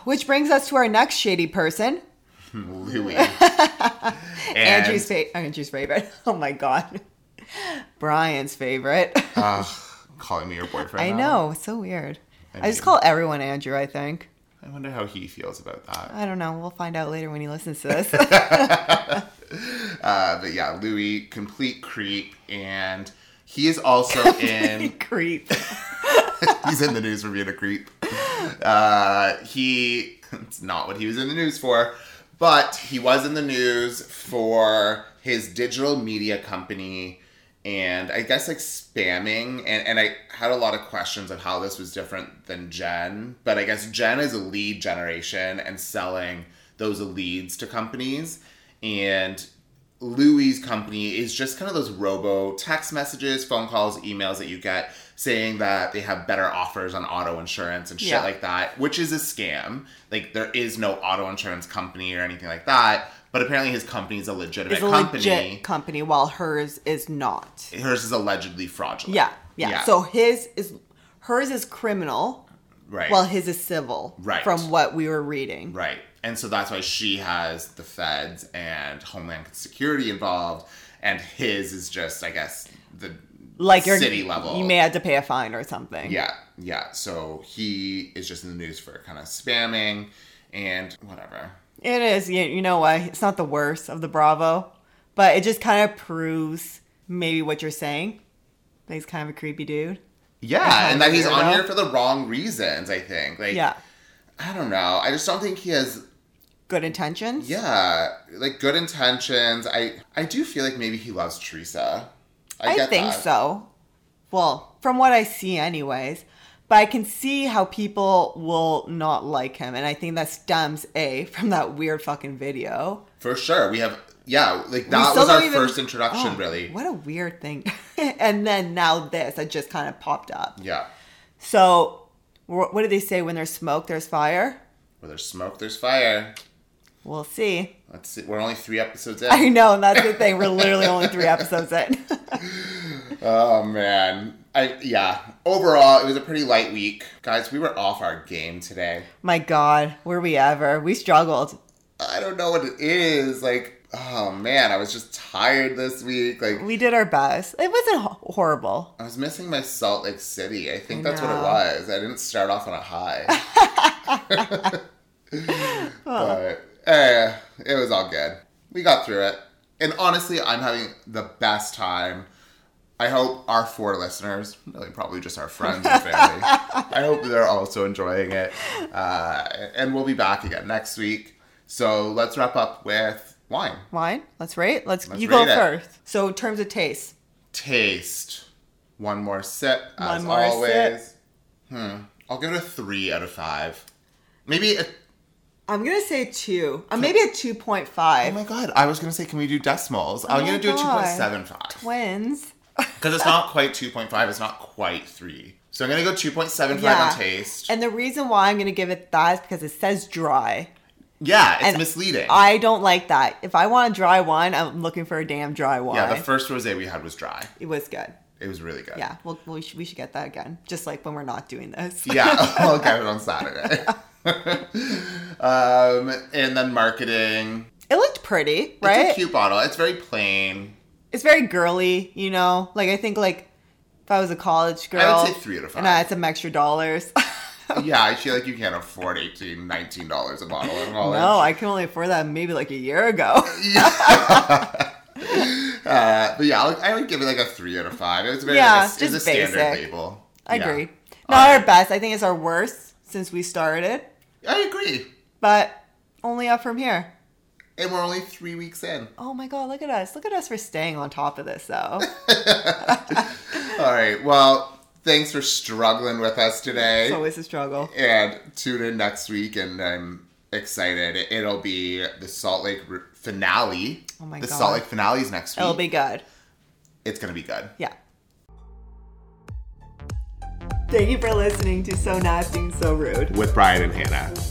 S2: Which brings us to our next shady person,
S1: Hmm, Louis.
S2: (laughs) Andrew's fa- Andrew's favorite. (laughs) Oh my god,
S1: (laughs)
S2: Brian's favorite.
S1: uh, calling me your boyfriend.
S2: I
S1: now.
S2: know, it's so weird.
S1: Uh-huh. I
S2: I just
S1: mean-
S2: call everyone Andrew. I think.
S1: I wonder how he feels about that.
S2: I don't know. We'll find out later when he listens to this.
S1: (laughs) Uh, but yeah, Louis, complete creep, and he is also
S2: (laughs)
S1: in.
S2: Creep.
S1: he's in the news for being a creep. Uh, he it's not what he was in the news for, but he was in the news for his digital media company and I guess like spamming and, and I had a lot of questions of how this was different than Gen, but I guess Gen is a lead generation and selling those leads to companies and Louis' company is just kind of those robo text messages, phone calls, emails that you get saying that they have better offers on auto insurance and shit
S2: Yeah.
S1: like that, which is a scam. Like there is no auto insurance company or anything like that. But apparently his company is a legitimate
S2: It's a
S1: company.
S2: legit company, while hers is not.
S1: Hers is allegedly fraudulent.
S2: Yeah, yeah. So his is hers is criminal,
S1: right,
S2: while his is civil.
S1: Right.
S2: From what we were reading.
S1: right, and so that's why she has the feds and Homeland Security involved, and his is just, I guess, the
S2: Like your
S1: city level.
S2: You may have to pay a fine or something.
S1: Yeah, yeah. So he is just in the news for kind of spamming and whatever.
S2: It is. You, you know what? It's not the worst of the Bravo, but it just kind of proves maybe what you're saying. That he's kind of a creepy dude.
S1: Yeah, and that he's on
S2: Weirdo.
S1: here for the wrong reasons. I think. Like,
S2: Yeah.
S1: I don't know. I just don't think he has.
S2: Good intentions.
S1: Yeah, like good intentions. I I do feel like maybe he loves Teresa. I,
S2: I,
S1: get
S2: think
S1: that.
S2: so. Well, from what I see, anyways. But I can see how people will not like him. And I think that stems, A, from that weird fucking video.
S1: for sure. We have yeah, like
S2: We
S1: that
S2: still
S1: was our
S2: don't even-
S1: first introduction,
S2: Oh,
S1: really.
S2: What a weird thing. (laughs) and then now this, it just kind of popped up.
S1: Yeah,
S2: So, wh- what do they say? When there's smoke, there's fire?
S1: where there's smoke, there's fire.
S2: We'll see.
S1: Let's see. We're only three episodes in.
S2: (laughs) I know, and that's the thing. We're literally only three episodes in. (laughs)
S1: Oh man. I yeah. Overall, it was a pretty light week. Guys, we were off our game today.
S2: My God, were we ever? We struggled.
S1: I don't know what it is. Like, oh man, I was just tired this week. Like
S2: We did our best. It wasn't ho- horrible.
S1: I was missing my Salt Lake City. I think
S2: I
S1: that's what it
S2: know.
S1: was. I didn't start off on a
S2: (laughs)
S1: high. (laughs) but eh, it was all good. We got through it. And honestly, I'm having the best time. I hope our four listeners, really probably just our friends and
S2: (laughs)
S1: family, I hope they're also enjoying it. Uh, and we'll be back again next week. So let's wrap up with wine.
S2: Wine. Let's rate. Let's.
S1: Let's
S2: you go
S1: rate it.
S2: first. So, in terms of taste,
S1: Taste. One more sip, as
S2: One more sip.
S1: always. Hmm. I'll give it a three out of five. Maybe a,
S2: I'm gonna say two. Uh, maybe a two point five.
S1: oh my god, I was gonna say can we do decimals? I'm
S2: Oh my
S1: gonna do a two
S2: God.
S1: point seven five.
S2: Twins.
S1: Because it's not quite 2.5, it's not quite 3. So I'm going to go 2.75
S2: Yeah.
S1: on taste.
S2: And the reason why I'm gonna give it that is because it says dry.
S1: yeah, it's
S2: and
S1: misleading.
S2: I don't like that. If I want a dry wine, I'm looking for a damn dry wine.
S1: yeah, the first rosé we had was dry.
S2: it was good.
S1: It was really good.
S2: Yeah, well, we should, we should get that again, just like when we're not doing this.
S1: (laughs) Yeah, I'll get it on Saturday. um, and then marketing.
S2: (laughs) It looked pretty, right?
S1: It's a cute bottle. It's very plain.
S2: It's very girly, you know? Like, I think, like, if I was a college girl.
S1: I would say 3 out of 5.
S2: And I had some extra dollars. (laughs)
S1: yeah, I feel like you can't afford 18 $19 a bottle in college.
S2: no,
S1: (laughs)
S2: I can only afford that maybe like a year ago. (laughs)
S1: Uh, but yeah, I would, I would give it like a 3 out of 5. It was very,
S2: Yeah,
S1: like a, it's
S2: just
S1: a standard
S2: basic.
S1: label.
S2: I
S1: Yeah.
S2: agree.
S1: All
S2: Not
S1: right.
S2: our best. I think it's our worst since we started,
S1: I agree.
S2: but only up from here.
S1: And we're only three weeks in.
S2: Oh my God, look at us. Look at us for staying on top of this,
S1: (laughs)
S2: though.
S1: All right. Well, thanks for struggling with us today.
S2: it's always a struggle.
S1: and tune in next week, and I'm excited. It'll be the Salt Lake Ru- finale.
S2: Oh my
S1: the
S2: God.
S1: Salt Lake finale is next week.
S2: It'll be good.
S1: it's gonna be good.
S2: Yeah. Thank you for listening to So Nasty, So Rude.
S1: With Brian and Hannah.